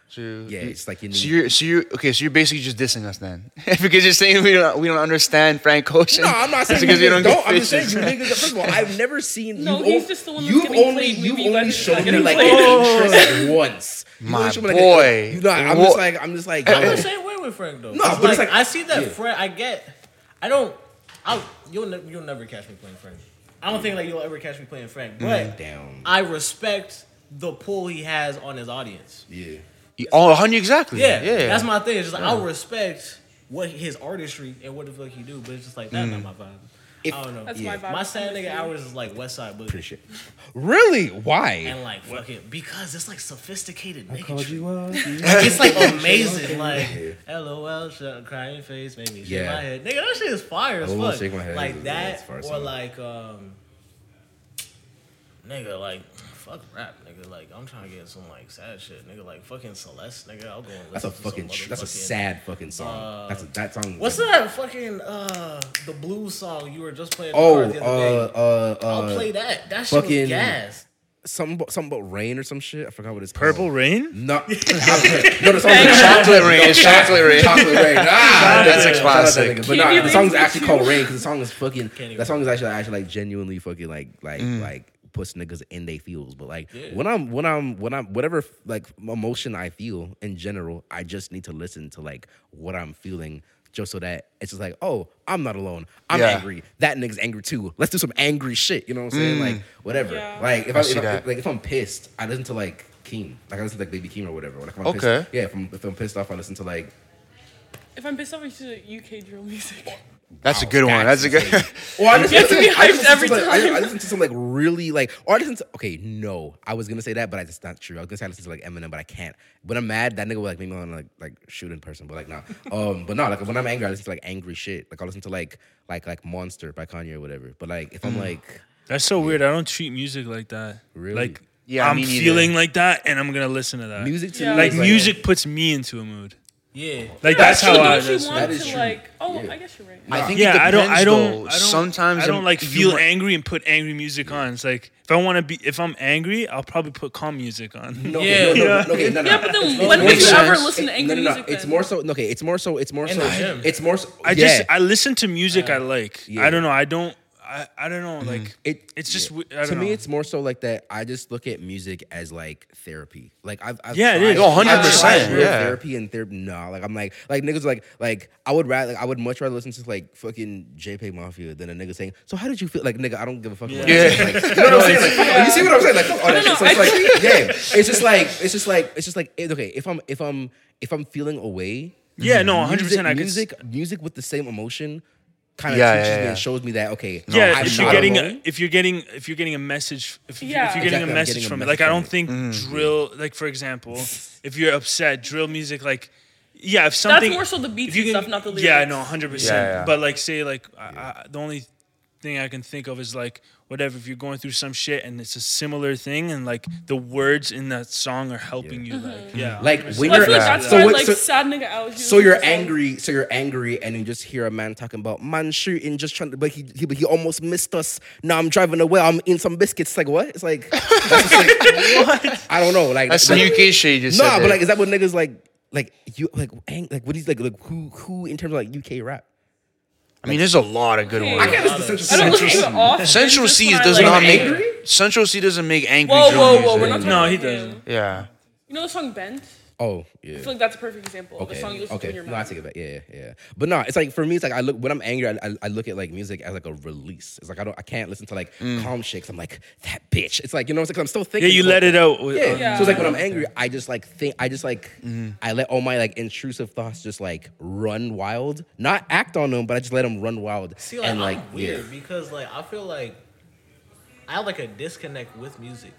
C: So you-
B: Yeah, it's like you
C: Mm. So
B: need-
C: you're, so you're okay. So you're basically just dissing us then, because you're saying we don't we don't understand Frank Ocean.
B: No, I'm not
C: It's
B: saying
C: because
B: you
C: you
B: niggas
C: don't.
B: don't.
C: get
B: I'm just saying
C: bitches.
B: you niggas. First of all, I've never seen.
F: No,
B: you've
F: he's
B: on-
F: just the one that's
B: You've
F: getting
B: only
F: played
B: you've
F: movie by
B: only
F: the-
B: shown me
F: getting
B: like
F: played.
B: an interest once. You've only
C: Oh. My
B: shown me, like,
C: boy.
B: you know, I'm
C: Wha-
B: just like I'm just like.
E: I'm
B: yo,
E: the same way with Frank though.
B: No,
E: It's
B: but it's
E: like,
B: like-
E: I see that
B: yeah.
E: Frank. I get. I don't. I you'll ne- you'll never catch me playing Frank. I don't think like you'll ever catch me playing
B: Mm.
E: Frank. But
B: Down.
E: I respect the pull he has on his audience.
B: Yeah.
C: You- Oh, 100 exactly.
E: Yeah,
C: yeah.
E: That's my thing. It's just like, I respect what his artistry and what the fuck he do, but it's just like that's not my vibe. I don't know.
F: That's
B: Mm. Yeah.
F: my vibe.
E: My sad nigga
F: honestly.
E: hours is like West Side Boogie.
B: Appreciate. it. Really? Why?
E: And like fuck it, because it's like sophisticated nigga. it's like amazing. like LOL, shut crying face, made me shake
B: Yeah.
E: my head. Nigga, that shit is fire as
B: I will
E: fuck.
B: shake my head. It's-
E: Like
B: it's
E: that,
B: fire
E: or
B: song.
E: like um, nigga, like fuck rap, nigga. Like I'm trying to get some like sad shit, nigga. Like fucking Celeste, nigga. I'll go. And
B: That's a
E: listen to some
B: fucking. tr- That's a
E: motherfucking-
B: sad fucking song. That's a that song.
E: What's that fucking uh the blues song you were just playing? at the
B: Oh,
E: bar the other
B: uh,
E: day?
B: uh, uh,
E: I'll play that. That shit
B: fucking-
E: was gas.
B: something, about, something about rain or some shit. I forgot what it's
D: Purple
B: called.
D: Rain?
B: No, no, the song's like
C: Chocolate ring. It's chocolate ring.
B: Chocolate Rain. Ah,
C: That's a
B: nigga. Shout out to that
C: classic.
B: nigga. But
F: Can't
B: nah,
F: you
B: the song's
F: leave me
B: actually called
F: too?
B: Rain because the song is fucking.
E: even-
B: That song is actually actually like genuinely fucking like like
C: Mm.
B: like puts niggas in they feels. But like when I'm when I'm when I'm whatever like emotion I feel in general, I just need to listen to like what I'm feeling. Just so that it's just like, oh, I'm not alone. I'm
C: Yeah.
B: angry. That nigga's angry too. Let's do some angry shit. You know what I'm saying? Like whatever.
F: Yeah.
B: Like if
C: Mm. I
B: I,
C: see
B: if I
C: that.
B: like if I'm pissed, I listen to like Keem. Like I listen to like Baby Keem or whatever. Like if I'm
C: Okay.
B: Pissed, yeah, if I'm, if I'm pissed off, I listen to like
F: If I'm pissed off, I should do UK drill music.
C: That's a good one. That's a good.
B: Or I just
F: You have to be
B: I just
F: hyped
B: listen
F: every
B: to, like, I, I
F: time.
B: listen to some like really like. Or I listen to okay, no, I was gonna say that, but I just not true. I was gonna say I listen to like Eminem, but I can't. When I'm mad, that nigga will like make me want to like like shoot in person, but like nah. Um, but no, like when I'm angry, I listen to like angry shit. Like I listen to like like like Monster by Kanye or whatever. But like if I'm like
D: That's so weird. I don't treat music like that.
B: Really?
D: Like,
C: Yeah,
D: I'm
C: me neither.
D: feeling like that and I'm going to listen to that.
B: music to
F: Yeah.
B: me,
D: Like,
B: is,
D: music puts me into a mood.
E: Yeah.
D: Like, that's how I.
F: Don't
D: that's-
F: you
B: That
F: want
B: is
F: to
B: true.
F: like? Oh,
B: Yeah.
F: I guess you're right.
C: I think
D: yeah,
C: it
D: I don't,
C: depends,
D: I don't,
C: though.
D: I don't.
C: Sometimes
D: I don't
C: I'm-
D: like
C: you
D: feel
C: want-
D: angry and put angry music on. It's like if I want to be, if I'm angry, I'll probably put calm music on.
B: No, yeah, no,
E: Yeah.
B: no, no, okay, no, no.
F: Yeah, but then
B: It's more
F: when
B: so-
C: would you
B: it's-
C: ever
F: listen to
B: it-
F: angry
B: no, no, no.
F: music
B: It's
F: then?
B: more so. no, Okay, it's more so. It's more
E: In
B: so.
E: the gym.
B: It's more so.
D: I
B: yeah.
D: just, I listen to music I like.
B: Yeah. Mm-hmm.
D: I don't know. I don't. I, I don't know. Like
B: It,
D: It's just
B: yeah.
D: w- I don't
B: to me.
D: know.
B: It's more so like that. I just look at music as like therapy. Like I've, I've
D: Yeah, it
B: tried-
D: is. Oh,
B: I've
C: 100%,
B: tried real
C: yeah.
B: Therapy and therapy. No, like I'm like like niggas like like I would rather like, I would much rather listen to like fucking JPEG Mafia than a nigga saying. So how did you feel? Like nigga, I don't give a fuck. About
C: Yeah.
B: that shit. Like, you know what I'm saying? Like, fuck- You see what I'm saying? Like oh, fuck all that
F: No,
B: shit.
F: no,
B: So
F: I
B: it's like yeah. It's just like it's just like it's just like it- okay. If I'm if I'm if I'm feeling away.
D: yeah, no, 100.
B: music,
D: percent I can. s-
B: music, music with the same emotion. Kind of
C: Yeah,
B: teaches
C: yeah,
B: me
C: yeah.
B: and shows me that okay.
D: Yeah,
B: I'm
D: if you're
B: not
D: getting
B: alone.
D: a, if you're getting if you're getting a message if, you-
F: Yeah.
D: if you're
B: Exactly,
D: getting a
B: I'm
D: message
B: getting a
D: from it.
B: message
D: Like
B: from
D: I don't
B: it. Mm.
D: think drill like for example, if you're upset, drill music like yeah, if
F: That's
D: something
F: more so the beats
D: if you
F: and
D: can-
F: stuff, not the lyrics.
D: Yeah, no, hundred
C: Yeah,
D: percent.
C: yeah.
D: But like, say like I, I, the only thing I can think of is like whatever. If you're going through some shit and it's a similar thing, and like the words in that song are helping you, like yeah,
B: Like when
F: Well, I
B: you're
F: feel like that's
B: so,
F: why
B: what-
F: like
B: so,
F: sad nigga hours.
B: so
F: listen to
B: you're
F: songs.
B: angry, so you're angry, and you just hear a man talking about man shooting, just trying to, but he he, but he almost missed us. Now I'm driving away. I'm in some biscuits. It's like what? It's like, that's just like, I don't know. Like
C: That's some UK shit you just
B: No,
C: said
B: but
C: there.
B: like is that what niggas like? Like you like ang- like what is like like who who in terms of like UK rap?
C: I mean, there's a lot of good
F: Okay.
C: ones.
F: I can't I don't listen to it often.
C: Central
F: just
C: C
F: when I,
C: does
F: like-
C: not make Central C doesn't make angry.
F: Whoa,
C: drill
F: whoa, whoa!
C: music.
F: We're not talking
D: No,
F: about
D: he
F: him.
D: doesn't.
C: Yeah.
F: You know the song "Bent"?
B: Oh
F: I
B: yeah.
F: feel like that's a perfect example of a song you listen to
B: okay.
F: in your
B: No, I
F: mouth.
B: take it back. Yeah, yeah, yeah. But no, it's like for me, it's like I look when I'm angry, I, I, I look at like music as like a release. It's like I don't, I can't listen to like calm shakes. I'm like that bitch. It's like you know, it's like I'm still
D: Mm. yeah,
B: thinking.
D: you
B: about
D: let it out. Mm. with-
B: Yeah.
D: on-
B: So it's like when I'm angry, I just like think, I just like, I let all my like intrusive thoughts just like run wild, not act on them, but I just let them run wild.
E: See, like,
B: and like
E: I'm weird
B: yeah.
E: because like I feel like I have like a disconnect with music,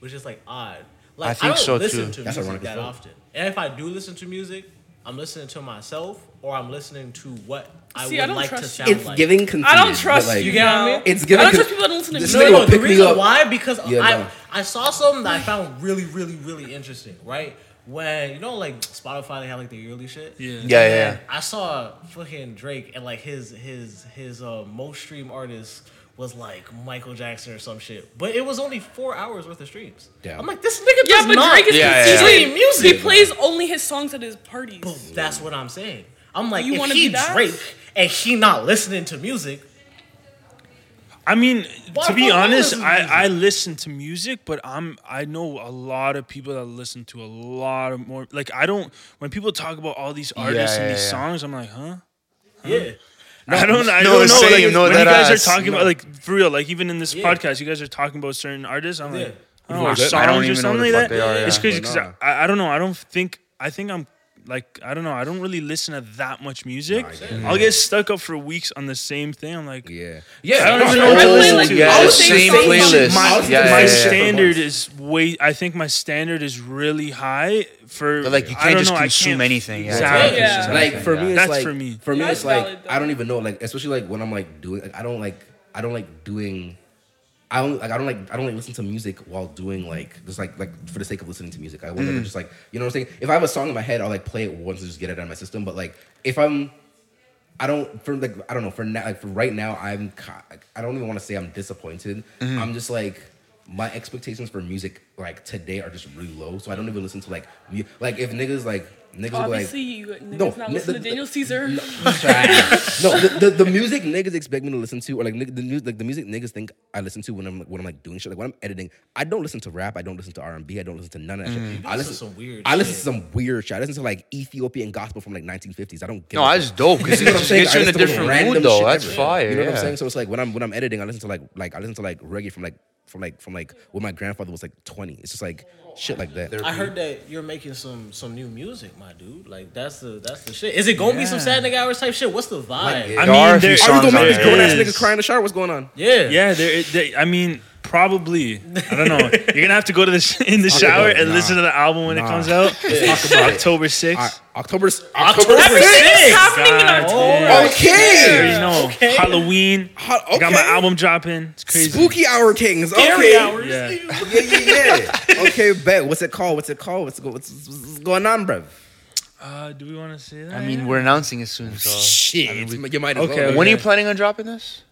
E: which is like odd. Like I,
C: think
E: don't
C: so,
E: listen
C: too.
E: to
B: That's
E: music
B: ironic as
E: that
B: fuck.
E: often, and if I do listen to music, I'm listening to myself or I'm listening to what I
F: See, I
E: would
F: don't
E: like to
F: trust
E: sound
B: It's
E: like.
B: giving confusion.
F: I don't trust
B: but, like,
F: you.
E: You get what I
F: now.
E: mean?
B: It's giving
F: I don't
B: con-
F: trust people that don't listen to
B: This
E: No,
F: music.
B: nigga
E: no, the
B: pick me
E: reason
B: up.
E: why because
B: Yeah,
E: I
B: no.
E: I saw something that I found really, really, really interesting. Right when you know, like Spotify, they have like the yearly shit.
D: Yeah.
C: Yeah, yeah, yeah.
E: And I saw fucking Drake and like his his his uh, most stream artist was like Michael Jackson or some shit, but it was only four hours worth of streams.
B: Yeah.
E: I'm like, this nigga
F: Yeah,
E: does
F: but
E: not.
F: Drake is
C: Yeah, yeah,
F: consistent.
E: yeah. Music.
F: He plays only his songs at his parties.
E: Boom. That's what I'm saying. I'm like,
F: You
E: if
F: wanna
E: he
F: be that?
E: Drake and he not listening to music,
D: I mean,
E: Why
D: to be
E: the fuck
D: honest,
E: listen to music?
D: I, I listen to music, but I'm I know a lot of people that listen to a lot of more. Like I don't when people talk about all these artists
C: yeah,
D: and these
C: yeah.
D: songs, I'm like, huh?
E: yeah.
D: I don't. I
C: no,
D: don't know.
C: same,
D: Like,
C: no,
D: when
C: that
D: you guys
C: ass,
D: are talking
C: no.
D: about, like, for real, like even in this
E: Yeah.
D: podcast, you guys are talking about certain artists. I'm
E: Yeah.
D: like, oh, or
C: I don't
D: songs
C: even know
D: or
C: the
D: something like
C: fuck
D: that.
C: they are, yeah.
D: It's crazy
B: But
D: because
B: nah.
D: I, I don't know. I don't think. I think I'm like I don't know. I don't really listen to that much music. I'll get stuck up for weeks on the same thing. I'm like,
B: Yeah. Yeah.
D: I don't
B: that's
D: even
B: what
D: know what
B: was
D: to
B: saying.
D: listen to.
C: yeah,
F: I
C: the
F: was saying
C: same
F: so much.
C: playlist.
B: My-
C: yeah, yeah,
D: my
C: yeah, yeah.
D: standard is way. I think my standard is really high for
C: But, like you
D: I
C: can't
D: don't
C: just
D: know, I
C: consume
D: can't-
C: anything. Yeah,
D: Exactly.
F: Yeah.
C: Consume
B: Like
C: anything,
B: for
C: yeah.
B: me, it's
D: That's
B: like
D: for me.
B: For me,
F: That's
B: it's like
F: valid, though.
B: I don't even know. Like especially like when I'm like doing, like, I don't like, I don't like doing. I don't like I don't like I don't like listen to music while doing like just like like for the sake of listening to music. I will
D: Mm.
B: never just like you know what I'm saying. If I have a song in my head, I'll like play it once and just get it out of my system. But like if I'm I don't for like I don't know for now like for right now I'm ki- like, I don't even want to say I'm disappointed.
D: Mm-hmm.
B: I'm just like my expectations for music like today are just really low. So I don't even listen to like mu- like if niggas like niggas will be like
F: Obviously, you niggas
B: No,
F: not
B: n-
F: listen to
B: the-
F: Daniel Caesar.
B: Trash. no, the, the, the music niggas expect me to listen to, or like nigg- the mu- like the music niggas think I listen to when I'm when I'm like doing shit, like when I'm editing. I don't listen to rap. I don't listen to R and I don't listen to none of that shit. I
E: listen
B: listen
E: to some weird
B: I listen
E: shit.
B: to some weird shit. I listen to like Ethiopian gospel from like 1950s. I don't. Give
C: No,
B: a
C: that's
B: fuck.
C: dope because
B: You know
C: it
B: what I'm
C: just
B: saying?
C: gets you
B: I
C: in a
B: listen to
C: different
B: random
C: mood, though.
B: shit
C: That's
B: ever.
C: fire.
B: You know
C: yeah.
B: what I'm saying? So it's like when I'm when I'm editing, I listen to like like I listen to like reggae from like from like from like when my grandfather was like 20. It's just like shit like that.
E: I heard that you're making some some new music, my dude. Like that's the that's the shit. Is it gonna be some sad nigga hours type shit? What's the vibe?
D: I
C: There are a
D: mean,
C: few
D: there,
B: Are we gonna
C: songs on
B: make these
C: there.
B: grown ass
D: Yes.
B: niggas cry in the shower? What's going on?
E: Yeah.
D: Yeah, there. They, I mean, probably. I don't know. You're gonna have to go to the in the shower and
B: nah.
D: listen to the album when it comes out. October 6th.
B: All right, October
E: October
F: Everything is
E: six.
F: happening in
D: God
F: our
D: damn. You
B: Okay.
D: already know.
E: Okay.
D: Halloween.
B: Hot-
D: I got my
B: okay.
D: album dropping. It's crazy.
B: Spooky Hour Kings.
E: Scary
B: okay.
E: hours.
D: Yeah.
B: Yeah, yeah, yeah. okay, bet. What's it called? What's it called? What's, go- what's, what's going on, bruv?
D: Uh, do we want to say that?
C: I mean, we're announcing it soon. So
B: Shit. you might as
D: okay,
B: well.
D: okay.
C: when are you planning on dropping this?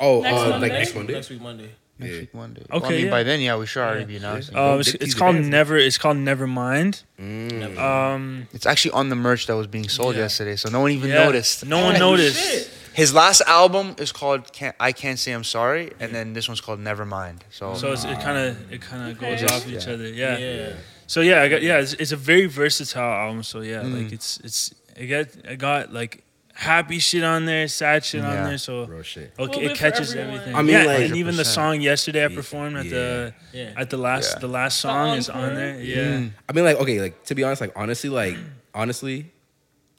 B: Oh,
F: Next
B: uh, like
F: Monday?
B: next Monday.
E: Next week Monday.
C: Next week, Monday.
D: Okay,
C: I mean,
D: yeah.
C: by then, yeah, we should already be announcing.
D: Uh, it's,
B: Big
D: it's
B: teaser
D: called
B: fans.
D: Never. It's called Nevermind.
C: Mm.
D: Um,
C: It's actually on the merch that was being sold yesterday, so no one even
D: yeah.
C: noticed.
D: No one noticed.
C: His last album is called can't, "I Can't Say I'm Sorry," and then this one's called "Nevermind." So,
D: So it's, it kind of it kind of
F: Okay.
D: goes off each other. Yeah.
E: Yeah.
D: So yeah, I got, yeah, it's, it's a very versatile album. So yeah, like it's it's I got I got like happy shit on there, sad shit
C: Yeah.
D: on there. So
B: Bro, shit.
D: okay,
F: Little
D: it
F: bit for
D: catches
F: everyone.
D: everything.
B: I mean,
D: yeah,
B: like-
D: and even the
C: 100%.
D: song yesterday I performed at the
E: Yeah. Yeah.
D: at the last
C: Yeah.
D: the last song is
F: encore.
D: on there. Yeah.
B: I mean, like, okay, like to be honest, like honestly, like honestly,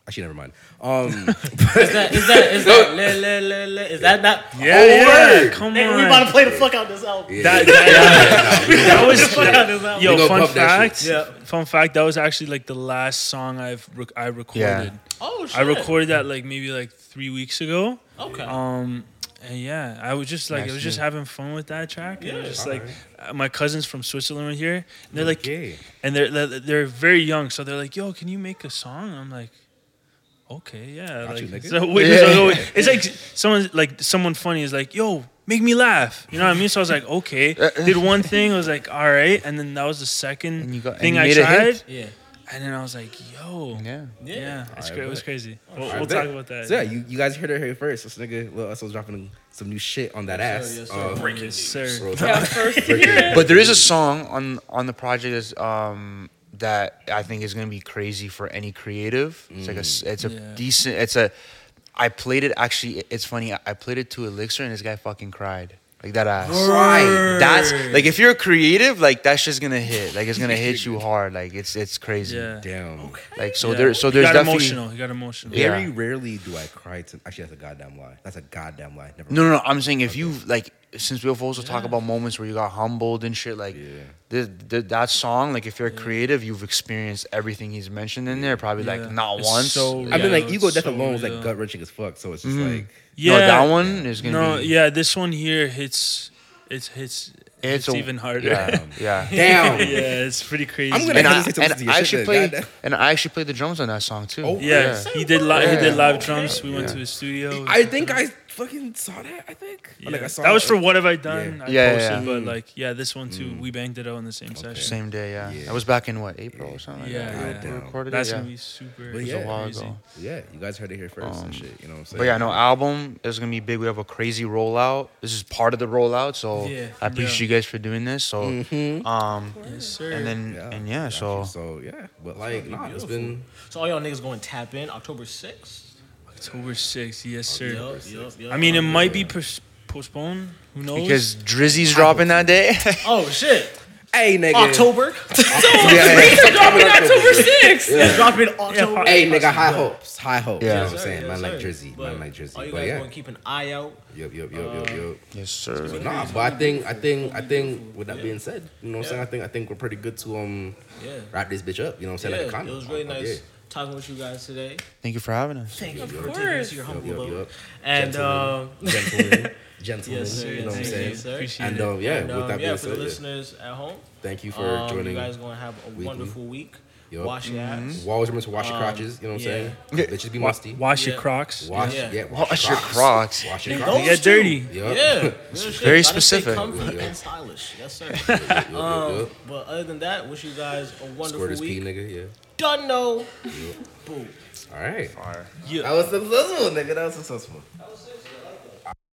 B: actually, never mind. Um,
E: Is that is that is that le, le, le, le, is that not?
D: Yeah,
E: Oh,
D: yeah,
E: word.
D: come
E: Nigga, We
D: on.
E: about to play the fuck out this album.
D: That, that, that was
E: Fuck out this album.
B: We
D: yo.
B: gonna
D: Fun
B: pump that
D: fact,
E: shit. Yeah.
D: fun fact. That was actually like the last song I've rec- I recorded.
E: Oh shit.
D: I recorded that like maybe like three weeks ago.
E: Okay.
D: Um, and yeah, I was just like, I was just having fun with that track. And I was
E: Yeah.
D: just like, uh my cousins from Switzerland were here, and they're like,
B: Okay.
D: and they're, they're they're very young, so they're like, yo, can you make a song? And I'm like. Okay, yeah.
B: Got
D: Like,
B: you, nigga.
D: so wait,
C: Yeah.
D: so wait, It's like someone like someone funny is like, yo, make me laugh. You know what I mean? So I was like, okay. Did one thing, I was like, all right, and then that was the second
C: And you got- and
D: thing
C: you
D: I
C: made a hit?
D: tried.
E: yeah.
D: And then I was like, yo.
C: yeah.
E: Yeah.
D: Yeah, it's
B: I
D: great. It was
B: bet.
D: crazy. We'll,
B: I
D: we'll
B: bet.
D: talk about that.
B: So yeah, you, you guys heard it here first. This nigga Lil Us was dropping some new shit on that ass.
E: yes, sir.
B: Um,
D: Yes, sir.
B: bro,
F: Yeah, first to hear it.
C: But there is a song on on the project is, um, that I think is gonna be crazy for any creative. It's like a s- it's a
D: Mm, Yeah.
C: decent. It's a. I played it actually. It's funny. I I played it to Elixir, and this guy fucking cried. Like that ass.
B: Right.
C: That's like if you're a creative, like that's just gonna hit. Like it's gonna hit you hard. Like it's it's crazy.
D: Yeah.
B: Damn.
C: Like so
D: Yeah.
C: there so
D: He
C: there's
D: got
C: definitely
D: emotional. He got emotional.
C: Yeah.
B: Very rarely do I cry to. Actually, that's a goddamn lie. That's a goddamn lie. Never
C: No, no, no. I'm saying if you like since we also talk about moments where you got humbled and shit, like this, th- that song, like if you're creative, you've experienced everything he's mentioned in there. Probably
D: Yeah.
C: like not
D: It's
C: once.
D: so
C: yeah.
B: I mean, like
D: it's
B: ego death
D: so
B: alone was like
D: real.
B: gut wrenching as fuck. So it's just like
D: yeah.
C: No, that one is gonna
D: No,
C: be.
D: yeah, this one here hits. It's hits. It's,
C: a-
D: even harder.
C: Yeah, yeah.
B: damn.
D: yeah, it's pretty crazy.
B: gonna-
C: and
B: I
C: I,
B: hesitate to listen to
C: and
B: your
C: I
B: shit
C: actually
B: then,
C: played
B: goddamn.
C: and I actually played the drums on that song too.
B: Oh,
D: yeah,
C: yeah.
D: he did live. He did
C: Yeah.
D: live drums. We went to his studio.
B: I think I fucking saw that. I think Or,
D: Yeah.
B: like I saw
D: that was for what have I done? I
C: Yeah,
D: posted,
C: yeah, yeah.
D: but like, yeah, this one too. We banged it out in the same session.
C: Same day, yeah.
B: Yeah.
C: That was back in what April or something.
D: Yeah,
C: like that.
D: yeah.
C: We recorded
D: That's
C: it.
D: gonna
C: yeah.
D: be super.
B: But
D: It was a
B: yeah.
D: while
C: Crazy.
D: ago.
B: Yeah, you guys heard it here first
C: Um,
B: and shit. You know what I'm saying?
C: But yeah, no album is gonna be big. We have a crazy rollout. This is part of the rollout, so
D: Yeah.
C: I appreciate
D: Yeah.
C: you guys for doing this. So, um,
D: Yes, sir.
C: and then and yeah,
B: gotcha.
C: so
B: so yeah, but like, nah, it's
E: beautiful.
B: been
E: So all y'all niggas going to tap in October 6th?
D: October 6th. Yes, sir.
E: Yup, yup, yup.
D: I mean, it might be pers- postponed. Who knows?
C: because Drizzy's dropping that day.
E: oh shit,
B: hey nigga,
E: October.
F: It's dropping October 6th.
E: It's dropping October.
B: Hey nigga, high hopes, high hopes.
C: Yeah.
B: You know what I'm
E: Yes, sir,
B: saying?
E: yes,
B: Man like
E: sir.
B: Jersey,
E: But
B: man like Jersey.
E: All you
B: But
E: guys Um,
B: yeah,
E: gonna keep an eye out.
B: yup, yup, yup, yup, yup.
C: yes, sir.
B: Nah, but I think I think I think with that being said, you know what I'm saying? I think I think we're pretty good to um
E: Yeah.
B: wrap this bitch up. You know what I'm saying?
E: Yeah,
B: like a
E: it
B: condom.
E: was really
B: Like,
E: nice
B: Oh, yeah.
E: talking with you guys today.
C: Thank you for having us.
E: Thank you
F: Of
E: for taking us
F: course.
E: to your
F: Yup,
E: humble
B: Yup, yup,
E: abode.
B: yup.
E: And um,
B: gentlemen, gentlemen,
E: yes, sir.
B: you know
E: yes,
B: what I'm
E: sir,
B: saying?
E: yes, sir.
D: Appreciate
B: And um, yeah,
E: And, um,
B: with that
E: yeah,
B: being
E: for the
B: said, yeah.
E: listeners at home,
B: thank you for
E: um,
B: joining.
E: you guys gonna have a
B: weekly.
E: wonderful week.
B: Yup.
E: Wash your ass.
B: Wa- always remember to wash your crotches. You know what I'm saying? Bitches be musty.
D: Wash
E: Yeah.
D: your Crocs.
B: Wash,
E: Yeah.
B: yeah, wash,
C: Wash
B: your
C: your
B: crotch.
C: crotch.
B: Wash your
E: And
B: crotch.
E: those
D: get
E: two.
D: dirty.
B: Yup.
E: Yeah,
B: Yup,
E: real shit.
C: Very
E: Gotta stay
C: specific.
E: Comfy
B: Yeah.
E: and stylish. Yes, sir.
B: yup, yup, yup.
E: but other than that, wish you guys a
B: Squirt
E: wonderful
B: his pee,
E: week.
B: nigga. Yeah.
E: Done know. Boo.
B: All right.
D: Yeah.
B: That was successful, nigga. That was successful.
E: That was it.